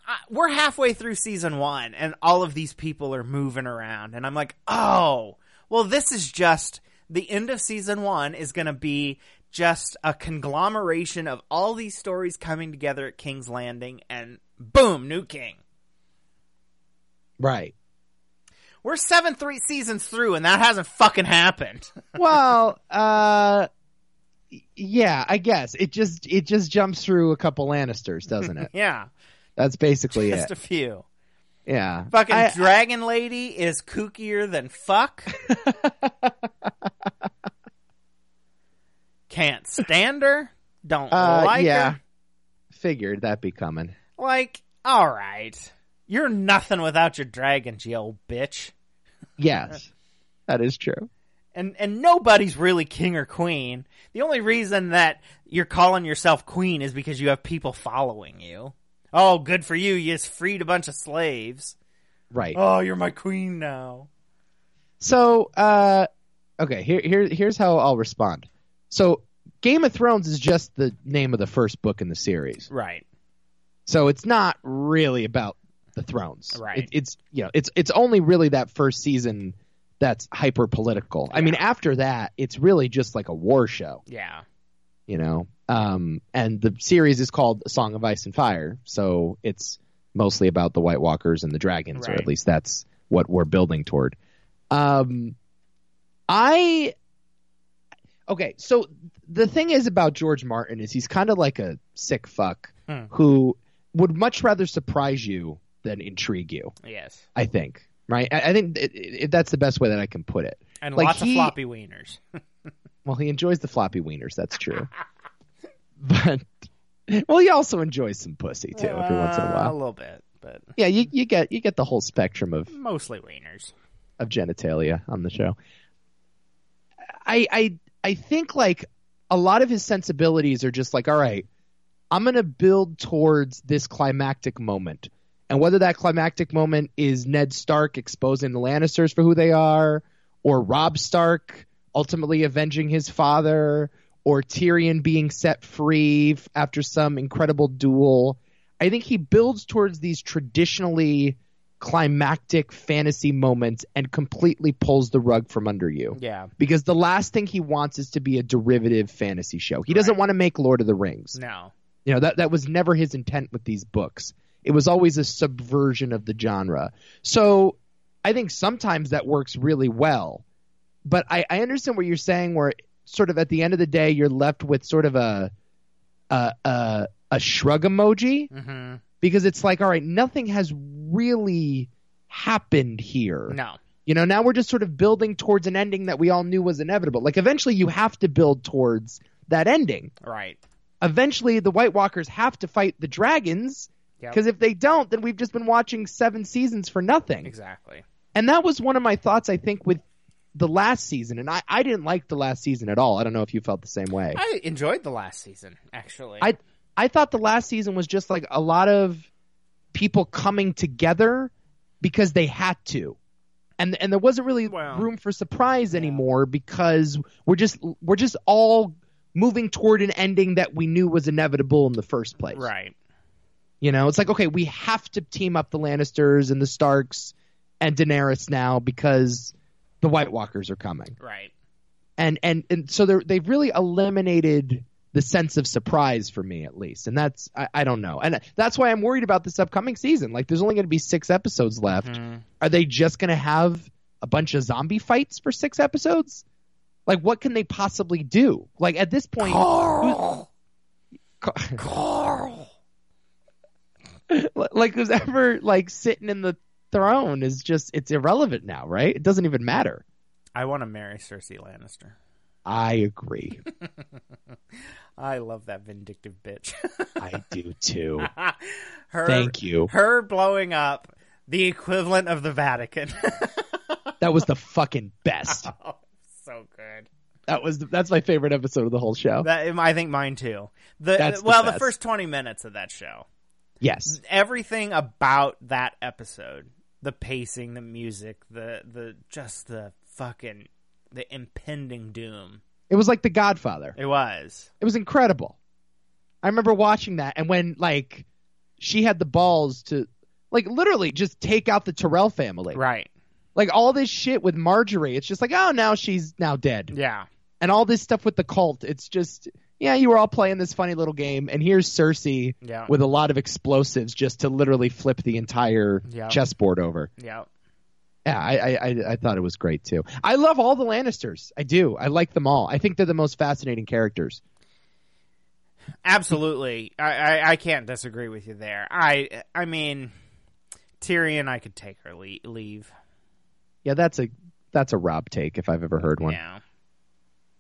S2: I- we're halfway through season one and all of these people are moving around and i'm like oh well this is just the end of season one is going to be just a conglomeration of all these stories coming together at king's landing and boom new king
S3: Right.
S2: we're seven three seasons through and that hasn't fucking happened
S3: Well, uh, y- yeah, I guess it just it just jumps through a couple Lannisters, doesn't it?
S2: yeah
S3: That's basically
S2: just
S3: it.
S2: a few
S3: Yeah.
S2: fucking
S3: I-
S2: dragon lady is kookier than fuck can't stand her don't
S3: Uh,
S2: like
S3: yeah.
S2: her
S3: Figured that'd be coming.
S2: Like, all right, you're nothing without your dragons, you old bitch.
S3: Yes, that is true.
S2: And and nobody's really king or queen. The only reason that you're calling yourself queen is because you have people following you. Oh, good for you! You just freed a bunch of slaves.
S3: Right.
S2: Oh, you're my queen now.
S3: So, uh, okay, here, here, here's how I'll respond. So, Game of Thrones is just the name of the first book in the series.
S2: Right.
S3: So it's not really about the thrones.
S2: Right.
S3: It, it's you know, it's it's only really that first season that's hyper political. I mean, after that, it's really just like a war show,
S2: Yeah.
S3: you know. Um, and the series is called A Song of Ice and Fire, so it's mostly about the White Walkers and the dragons, or
S2: Right.
S3: at least that's what we're building toward. Um, I okay. So the thing is about George Martin is he's kind of like a sick fuck
S2: Hmm.
S3: who would much rather surprise you than intrigue you.
S2: Yes.
S3: I think. Right. I, I think it, it, that's the best way that I can put it.
S2: And
S3: Like,
S2: lots
S3: he-
S2: of floppy wieners.
S3: Well, he enjoys the floppy wieners. That's true. but well, he also enjoys some pussy too every once in a
S2: Uh, A
S3: while.
S2: little bit, but
S3: Yeah, you, you get you get the whole spectrum of
S2: mostly wieners.
S3: of genitalia on the show. I I I think like a lot of his sensibilities are just like, all right, I'm gonna build towards this climactic moment, And whether that climactic moment is Ned Stark exposing the Lannisters for who they are, or Rob Stark ultimately avenging his father, or Tyrion being set free f- after some incredible duel, I think he builds towards these traditionally climactic fantasy moments and completely pulls the rug from under you
S2: Yeah.
S3: because the last thing he wants is to be a derivative fantasy show. He doesn't want to make Lord of the Rings.
S2: No.
S3: You know, that that was never his intent with these books. It was always a subversion of the genre. So I think sometimes that works really well. But I, I understand what you're saying where sort of at the end of the day you're left with sort of a a a, a shrug emoji
S2: hmm
S3: because it's like, all right, nothing has really happened here.
S2: No.
S3: You know, now we're just sort of building towards an ending that we all knew was inevitable. Like eventually you have to build towards that ending.
S2: Right.
S3: Eventually the White Walkers have to fight the dragons
S2: Yep.
S3: because if they don't, then we've just been watching 7 seasons for nothing.
S2: Exactly.
S3: And that was one of my thoughts I think with the last season and I I didn't like the last season at all. I don't know if you felt the same way.
S2: I enjoyed the last season, actually.
S3: I I thought the last season was just like a lot of people coming together because they had to. And and there wasn't really
S2: Well,
S3: room for surprise anymore because we're just we're just all moving toward an ending that we knew was inevitable in the first place.
S2: right.
S3: You know, it's like okay, we have to team up the Lannisters and the Starks and Daenerys now because the White Walkers are coming
S2: Right.
S3: and and and so they're they've really eliminated the sense of surprise for me at least and that's i, I don't know and that's why i'm worried about this upcoming season like there's only going to be six episodes left are they just going to have a bunch of zombie fights for six episodes like what can they possibly do like at this point Carl! Carl! like who's ever like sitting in the throne is just it's irrelevant now right it doesn't even matter
S2: I want to marry Cersei Lannister.
S3: i agree
S2: I love that vindictive bitch.
S3: I do too.
S2: her,
S3: Thank you.
S2: Her blowing up the equivalent of the Vatican.
S3: That was the fucking best.
S2: oh, so good.
S3: That was the, that's my favorite episode of the whole show.
S2: That I think mine too. The
S3: That's the
S2: well, the
S3: best.
S2: first twenty minutes of that show.
S3: Yes,
S2: everything about that episode the pacing the music the the just the fucking the impending doom
S3: it was like The Godfather.
S2: it was
S3: It was incredible. I remember watching that, and when like she had the balls to like literally just take out the Terrell family,
S2: right
S3: like all this shit with Marjorie. It's just like oh now she's now dead,
S2: yeah
S3: and all this stuff with the cult. It's just yeah you were all playing this funny little game, and here's Cersei
S2: Yeah.
S3: with a lot of explosives just to literally flip the entire
S2: Yeah.
S3: chessboard over.
S2: yeah
S3: Yeah, I, I, I, I thought it was great too. I love all the Lannisters. I do. I like them all. I think they're the most fascinating characters.
S2: absolutely I, I i can't disagree with you there i i mean tyrion i could take her le- leave
S3: Yeah, that's a that's a Rob take if I've ever heard one.
S2: yeah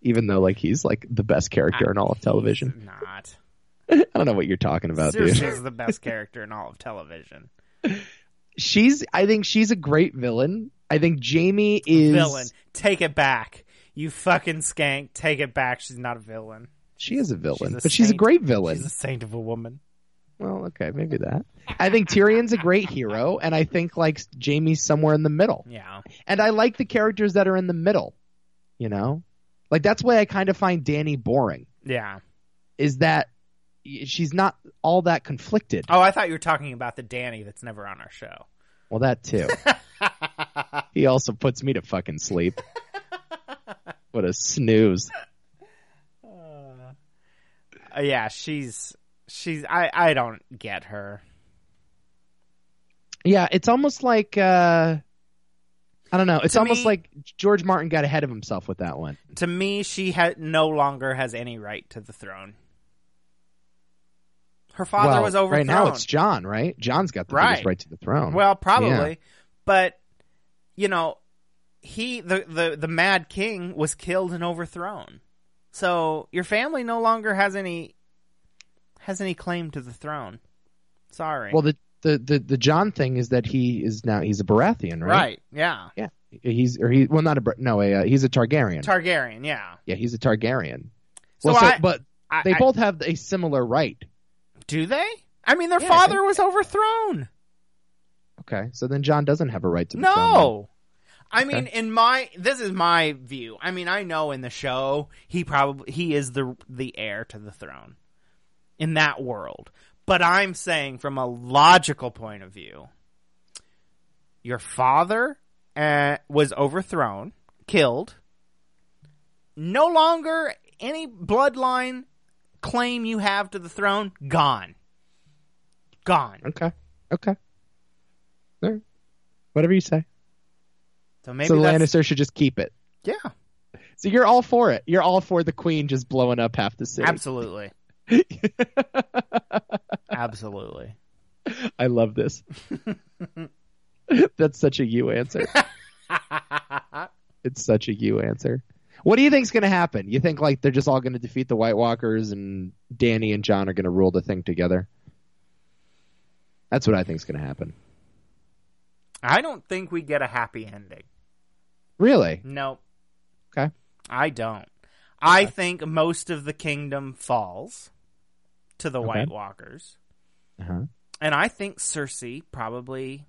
S3: Even though like he's like the best character in all of television.
S2: not
S3: I don't know what you're talking about, dude.
S2: Cersei's the best character in all of television
S3: She's I think she's a great villain. I think Jamie is
S2: villain take it back you fucking skank take it back she's not a villain
S3: She is a villain,
S2: She's a
S3: but she's a
S2: saint.
S3: great villain.
S2: she's a saint of a woman
S3: Well, okay, maybe that. I think Tyrion's a great hero, and I think like Jamie's somewhere in the middle.
S2: yeah
S3: and I like the characters that are in the middle. You know, like that's why I kind of find Danny boring.
S2: yeah
S3: Is that y- she's not all that conflicted?
S2: Oh, I thought you were talking about the Danny that's never on our show.
S3: Well, that too. he also puts me to fucking sleep. what a snooze!
S2: Uh, yeah, she's she's I I don't get her.
S3: Yeah, it's almost like uh I don't know. It's
S2: To
S3: almost
S2: me-
S3: like George Martin got ahead of himself with that one.
S2: To me, she ha- no longer has any right to the throne. Her father
S3: well,
S2: was overthrown.
S3: right now it's John, right? John's got the
S2: Right.
S3: biggest right to the throne.
S2: Well,
S3: Yeah.
S2: probably, but you know, he the, the the Mad King was killed and overthrown. So your family no longer has any has any claim to the throne. Sorry.
S3: Well, the, the the the John thing is that he is now he's a Baratheon, right?
S2: right. Yeah.
S3: Yeah, he's or he well not a Bar- no a, uh, he's a Targaryen.
S2: Targaryen. Yeah.
S3: yeah, he's a Targaryen.
S2: So
S3: well, so,
S2: I-
S3: but
S2: I-
S3: they
S2: I-
S3: both have a similar right.
S2: Do they? I mean, their
S3: Yeah, I
S2: father was overthrown.
S3: Okay, so then John doesn't have a right to. Disown them.
S2: No. I mean, in my this is my view. I mean, I know in the show he probably he is the the heir to the throne in that world. But I'm saying from a logical point of view, your father uh, was overthrown, killed. No longer any bloodline claim you have to the throne gone. Gone.
S3: Okay. Okay. All right. Whatever you say.
S2: So maybe
S3: so
S2: that's
S3: Lannister should just keep it.
S2: yeah,
S3: So you're all for it. You're all for the queen just blowing up half the city.
S2: absolutely, absolutely.
S3: I love this. That's such a you answer. it's such a you answer. What do you think's going to happen? You think like they're just all going to defeat the White Walkers and Danny and John are going to rule the thing together? That's what I think's going to happen.
S2: I don't think we get a happy ending.
S3: Really?
S2: No,
S3: Okay.
S2: I don't. I think most of the kingdom falls to the White Walkers.
S3: Uh-huh.
S2: And I think Cersei probably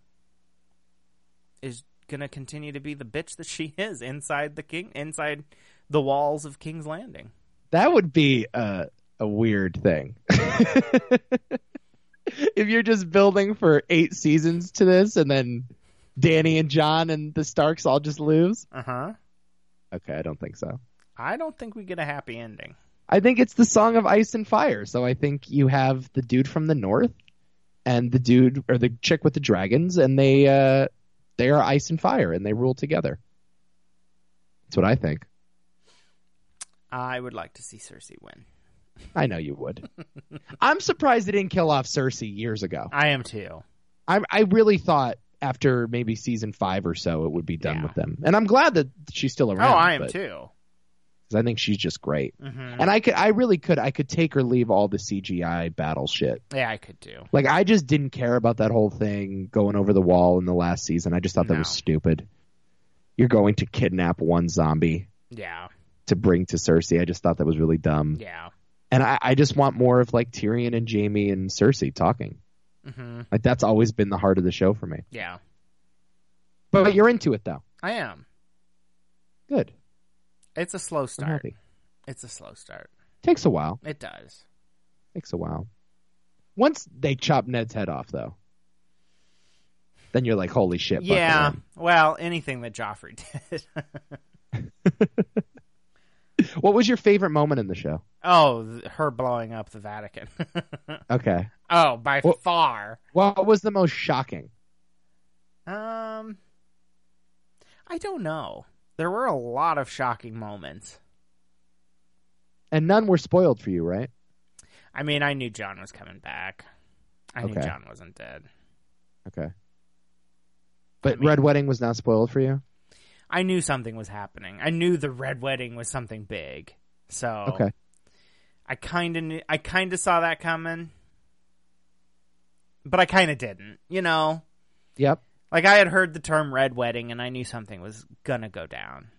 S2: is going to continue to be the bitch that she is inside the king inside the walls of King's Landing.
S3: That would be a, a weird thing. if you're just building for eight seasons to this and then Danny and John and the Starks all just lose.
S2: Uh-huh.
S3: Okay, I don't think so.
S2: I don't think we get a happy ending.
S3: I think it's the Song of Ice and Fire. So I think you have the dude from the north and the dude or the chick with the dragons, and they uh, they are ice and fire, and they rule together. That's what I think.
S2: I would like to see Cersei win.
S3: I know you would. I'm surprised they didn't kill off Cersei years ago.
S2: I am too.
S3: I I really thought after maybe season five or so it would be done
S2: Yeah.
S3: with them, and I'm glad that she's still
S2: Oh,
S3: around.
S2: I am
S3: but-
S2: too.
S3: 'cause I think she's just great,
S2: Mhm.
S3: and I could I really could I could take or leave all the CGI battle shit.
S2: Yeah, I could do.
S3: Like I just didn't care about that whole thing going over the wall in the last season. I just thought that
S2: No.
S3: was stupid. You're going to kidnap one zombie
S2: Yeah.
S3: to bring to Cersei. I just thought that was really dumb.
S2: Yeah.
S3: And I, I just want more of like Tyrion and Jamie and Cersei talking.
S2: Mhm.
S3: Like that's always been the heart of the show for me.
S2: Yeah.
S3: But, you're into it though.
S2: I am.
S3: Good.
S2: It's a slow
S3: I'm
S2: start.
S3: happy.
S2: It's a slow start.
S3: Takes a while.
S2: It does.
S3: Takes a while. Once they chop Ned's head off though, then you're like, holy shit. buckle
S2: yeah.
S3: in.
S2: Well, anything that Joffrey did.
S3: What was your favorite moment in the show?
S2: oh, th- her blowing up the Vatican.
S3: Okay.
S2: oh, by
S3: Well-
S2: far.
S3: What was the most shocking?
S2: Um, I don't know. There were a lot of shocking moments.
S3: and none were spoiled for you, right?
S2: I mean, I knew John was coming back. I knew
S3: Okay.
S2: John wasn't dead.
S3: Okay. But Red Wedding was not spoiled for you.
S2: I knew something was happening. I knew the red wedding was something big. So
S3: Okay.
S2: I kind of knew. I kind of saw that coming, but I kind of didn't. You know,
S3: Yep.
S2: like I had heard the term red wedding, and I knew something was gonna go down.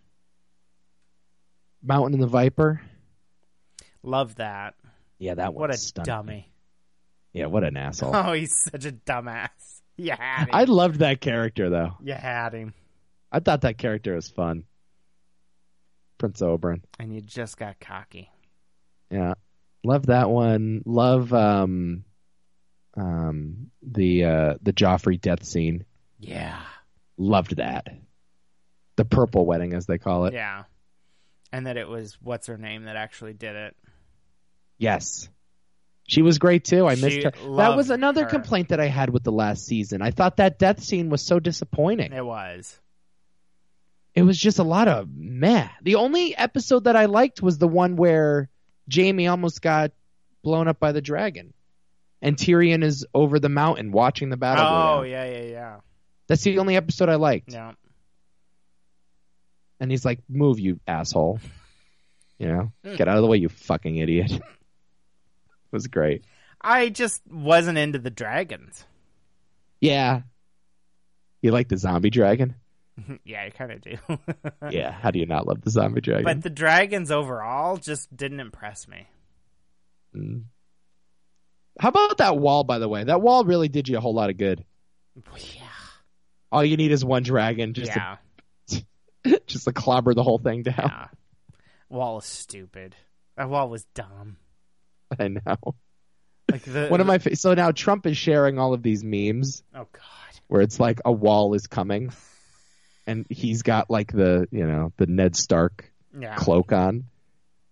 S3: Mountain and the Viper.
S2: Love that.
S3: Yeah, that
S2: What a
S3: was stunning.
S2: dummy.
S3: Yeah, what an asshole.
S2: Oh, he's such a dumbass. You had him.
S3: I loved that character though.
S2: You had him,
S3: I thought that character was fun. Prince Oberon.
S2: and you just got cocky.
S3: Yeah. Love that one. Love um um the uh the Joffrey death scene.
S2: Yeah,
S3: Loved that. The purple wedding as they call it.
S2: yeah. And that it was what's her name that actually did it.
S3: Yes. She was great too. I
S2: She
S3: missed her. That
S2: loved
S3: was another
S2: her.
S3: complaint that I had with the last season. I thought that death scene was so disappointing.
S2: It was.
S3: It was just a lot of meh. The only episode that I liked was the one where Jamie almost got blown up by the dragon. And Tyrion is over the mountain watching the battle. go
S2: Oh
S3: down.
S2: yeah, yeah, yeah.
S3: That's the only episode I liked.
S2: No,
S3: And he's like, Move you asshole. You know?
S2: Hmm.
S3: Get out of the way, you fucking idiot. it was great.
S2: I just wasn't into the dragons.
S3: Yeah. You like the zombie dragon?
S2: yeah, I kind of do.
S3: yeah, how do you not love the zombie dragon?
S2: But the dragons overall just didn't impress me.
S3: how about that wall, by the way? That wall really did you a whole lot of good.
S2: Yeah.
S3: All you need is one dragon just
S2: yeah,
S3: to, just to clobber the whole thing down.
S2: yeah. Wall is stupid. That wall was dumb.
S3: I know.
S2: Like the
S3: One of my fa- so now Trump is sharing all of these memes
S2: oh god.
S3: where it's like a wall is coming, and he's got like the you know the Ned Stark
S2: Yeah.
S3: cloak on.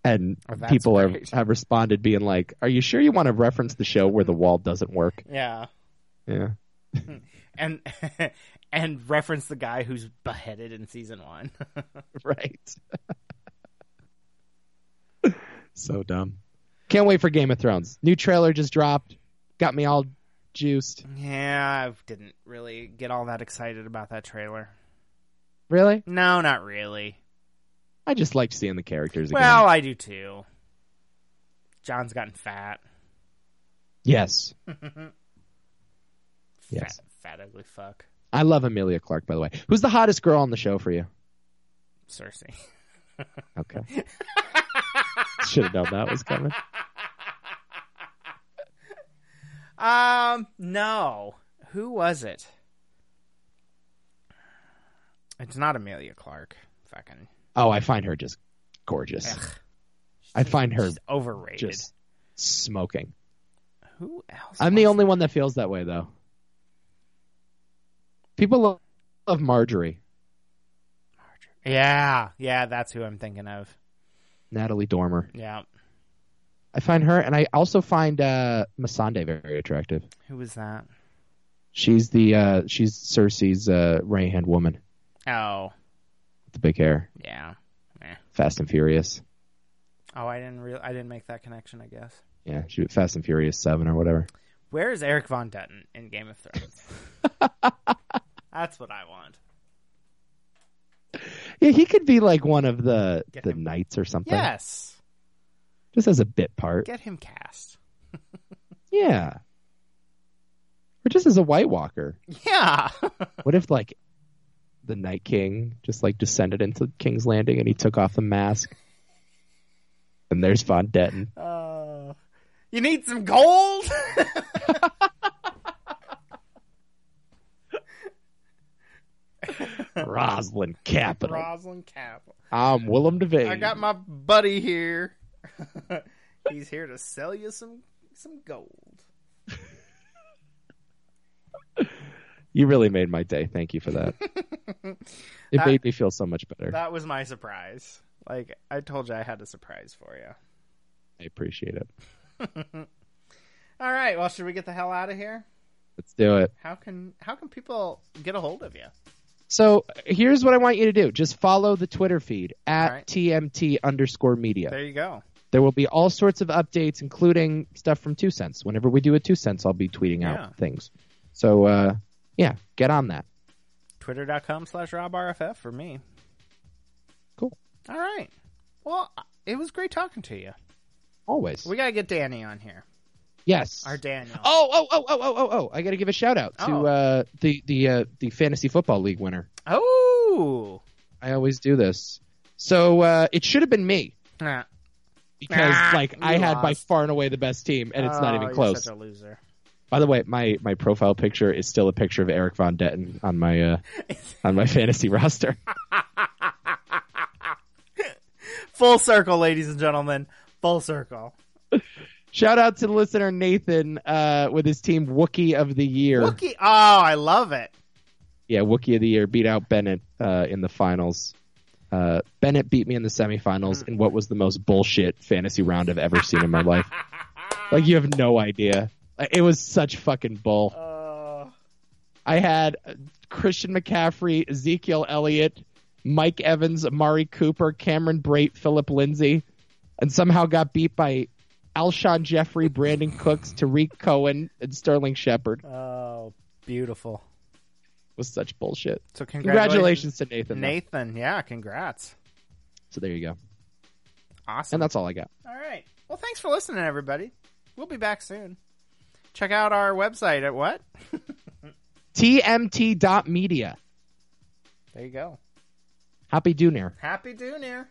S3: And
S2: Oh, that's
S3: people are,
S2: great.
S3: have responded being like, "Are you sure you want to reference the show where the wall doesn't work?"
S2: Yeah.
S3: Yeah,
S2: And and reference the guy who's beheaded in season one.
S3: right. so dumb. Can't wait for Game of Thrones. New trailer just dropped. Got me all juiced.
S2: yeah, I didn't really get all that excited about that trailer.
S3: Really?
S2: No, not really.
S3: I just liked seeing the characters again.
S2: Well, I do too. John's gotten fat.
S3: yes. yes.
S2: Fat, fat ugly fuck.
S3: I love Amelia Clark, by the way. Who's the hottest girl on the show for you?
S2: Cersei.
S3: Okay. Should have known that was coming.
S2: Um, no. Who was it? It's not Amelia Clark. Fucking
S3: Oh, I find her just gorgeous. I find her
S2: she's overrated.
S3: just smoking.
S2: Who else?
S3: I'm the
S2: was-
S3: only one that feels that way, though. People lo- love Marjorie,
S2: Yeah, yeah, that's who I'm thinking of.
S3: Natalie Dormer.
S2: Yeah.
S3: I find her, and I also find uh, Masande very attractive.
S2: Who was that?
S3: She's the uh, she's Cersei's uh, right hand woman,
S2: Oh,
S3: with the big hair,
S2: yeah.
S3: Fast and Furious.
S2: Oh, I didn't real I didn't make that connection, I guess.
S3: Yeah, she Fast and Furious Seven or whatever.
S2: Where is Eric Von Dutton in Game of Thrones? That's what I want.
S3: Yeah, he could be like one of the
S2: Get
S3: the
S2: him.
S3: knights or something.
S2: Yes.
S3: just as a bit part.
S2: Get him cast.
S3: yeah, or just as a White Walker.
S2: Yeah.
S3: What if like the Night King just like descended into King's Landing and he took off the mask? And there's Von Detten.
S2: Uh, you need some gold?
S3: Roslyn Capital.
S2: Rosalind Capital.
S3: I'm Willem Devane.
S2: I got my buddy here. He's here to sell you some some gold.
S3: You really made my day. Thank you for that. it
S2: That-
S3: made me feel so much better.
S2: That was my surprise. Like I told you I had a surprise for you.
S3: I appreciate it.
S2: All right, well, should we get the hell out of here?
S3: Let's do it.
S2: How can how can people get a hold of you?
S3: So here's what I want you to do. Just follow the Twitter feed at
S2: right.
S3: TMT underscore media.
S2: There you go.
S3: There will be all sorts of updates, including stuff from Two Cents. Whenever we do a Two Cents, I'll be tweeting
S2: Yeah.
S3: out things. So, uh, yeah, get on that.
S2: Twitter.com slash RobRFF for me.
S3: Cool.
S2: All right. Well, it was great talking to you.
S3: Always.
S2: We got to get Danny on here.
S3: yes.
S2: Our Daniel.
S3: oh, oh, oh, oh, oh, oh, oh! I got to give a shout out to
S2: Oh.
S3: uh, the the uh, the fantasy football league winner.
S2: Oh.
S3: I always do this. So uh, it should have been me
S2: Nah.
S3: because
S2: Ah,
S3: like I
S2: you
S3: had by
S2: lost.
S3: far and away the best team, and it's
S2: Oh,
S3: not even
S2: you're
S3: close.
S2: Such a loser.
S3: By the way, my my profile picture is still a picture of Eric Von Detten on my uh, on my fantasy roster.
S2: Full circle, ladies and gentlemen. Full circle.
S3: Shout out to the listener Nathan uh, with his team Wookie of the Year.
S2: Wookie. Oh, I love it.
S3: Yeah, Wookie of the Year beat out Bennett uh, in the finals. Uh, Bennett beat me in the semifinals in what was the most bullshit fantasy round I've ever seen in my life. Like you have no idea. Like, It was such fucking bull. I had uh, Christian McCaffrey, Ezekiel Elliott, Mike Evans, Amari Cooper, Cameron Brait, Philip Lindsay, and somehow got beat by Alshon Jeffrey, Brandon Cooks, Tariq Cohen, and Sterling Shepard.
S2: Oh, beautiful.
S3: was such bullshit.
S2: So
S3: Congratulations, to Nathan. though.
S2: Nathan. Yeah, congrats.
S3: So there you go.
S2: Awesome.
S3: And uh, that's all I got.
S2: All right. Well, thanks for listening, everybody. We'll be back soon. Check out our website at what?
S3: TMT.media.
S2: There you go.
S3: Happy Dooner.
S2: Happy Dooner.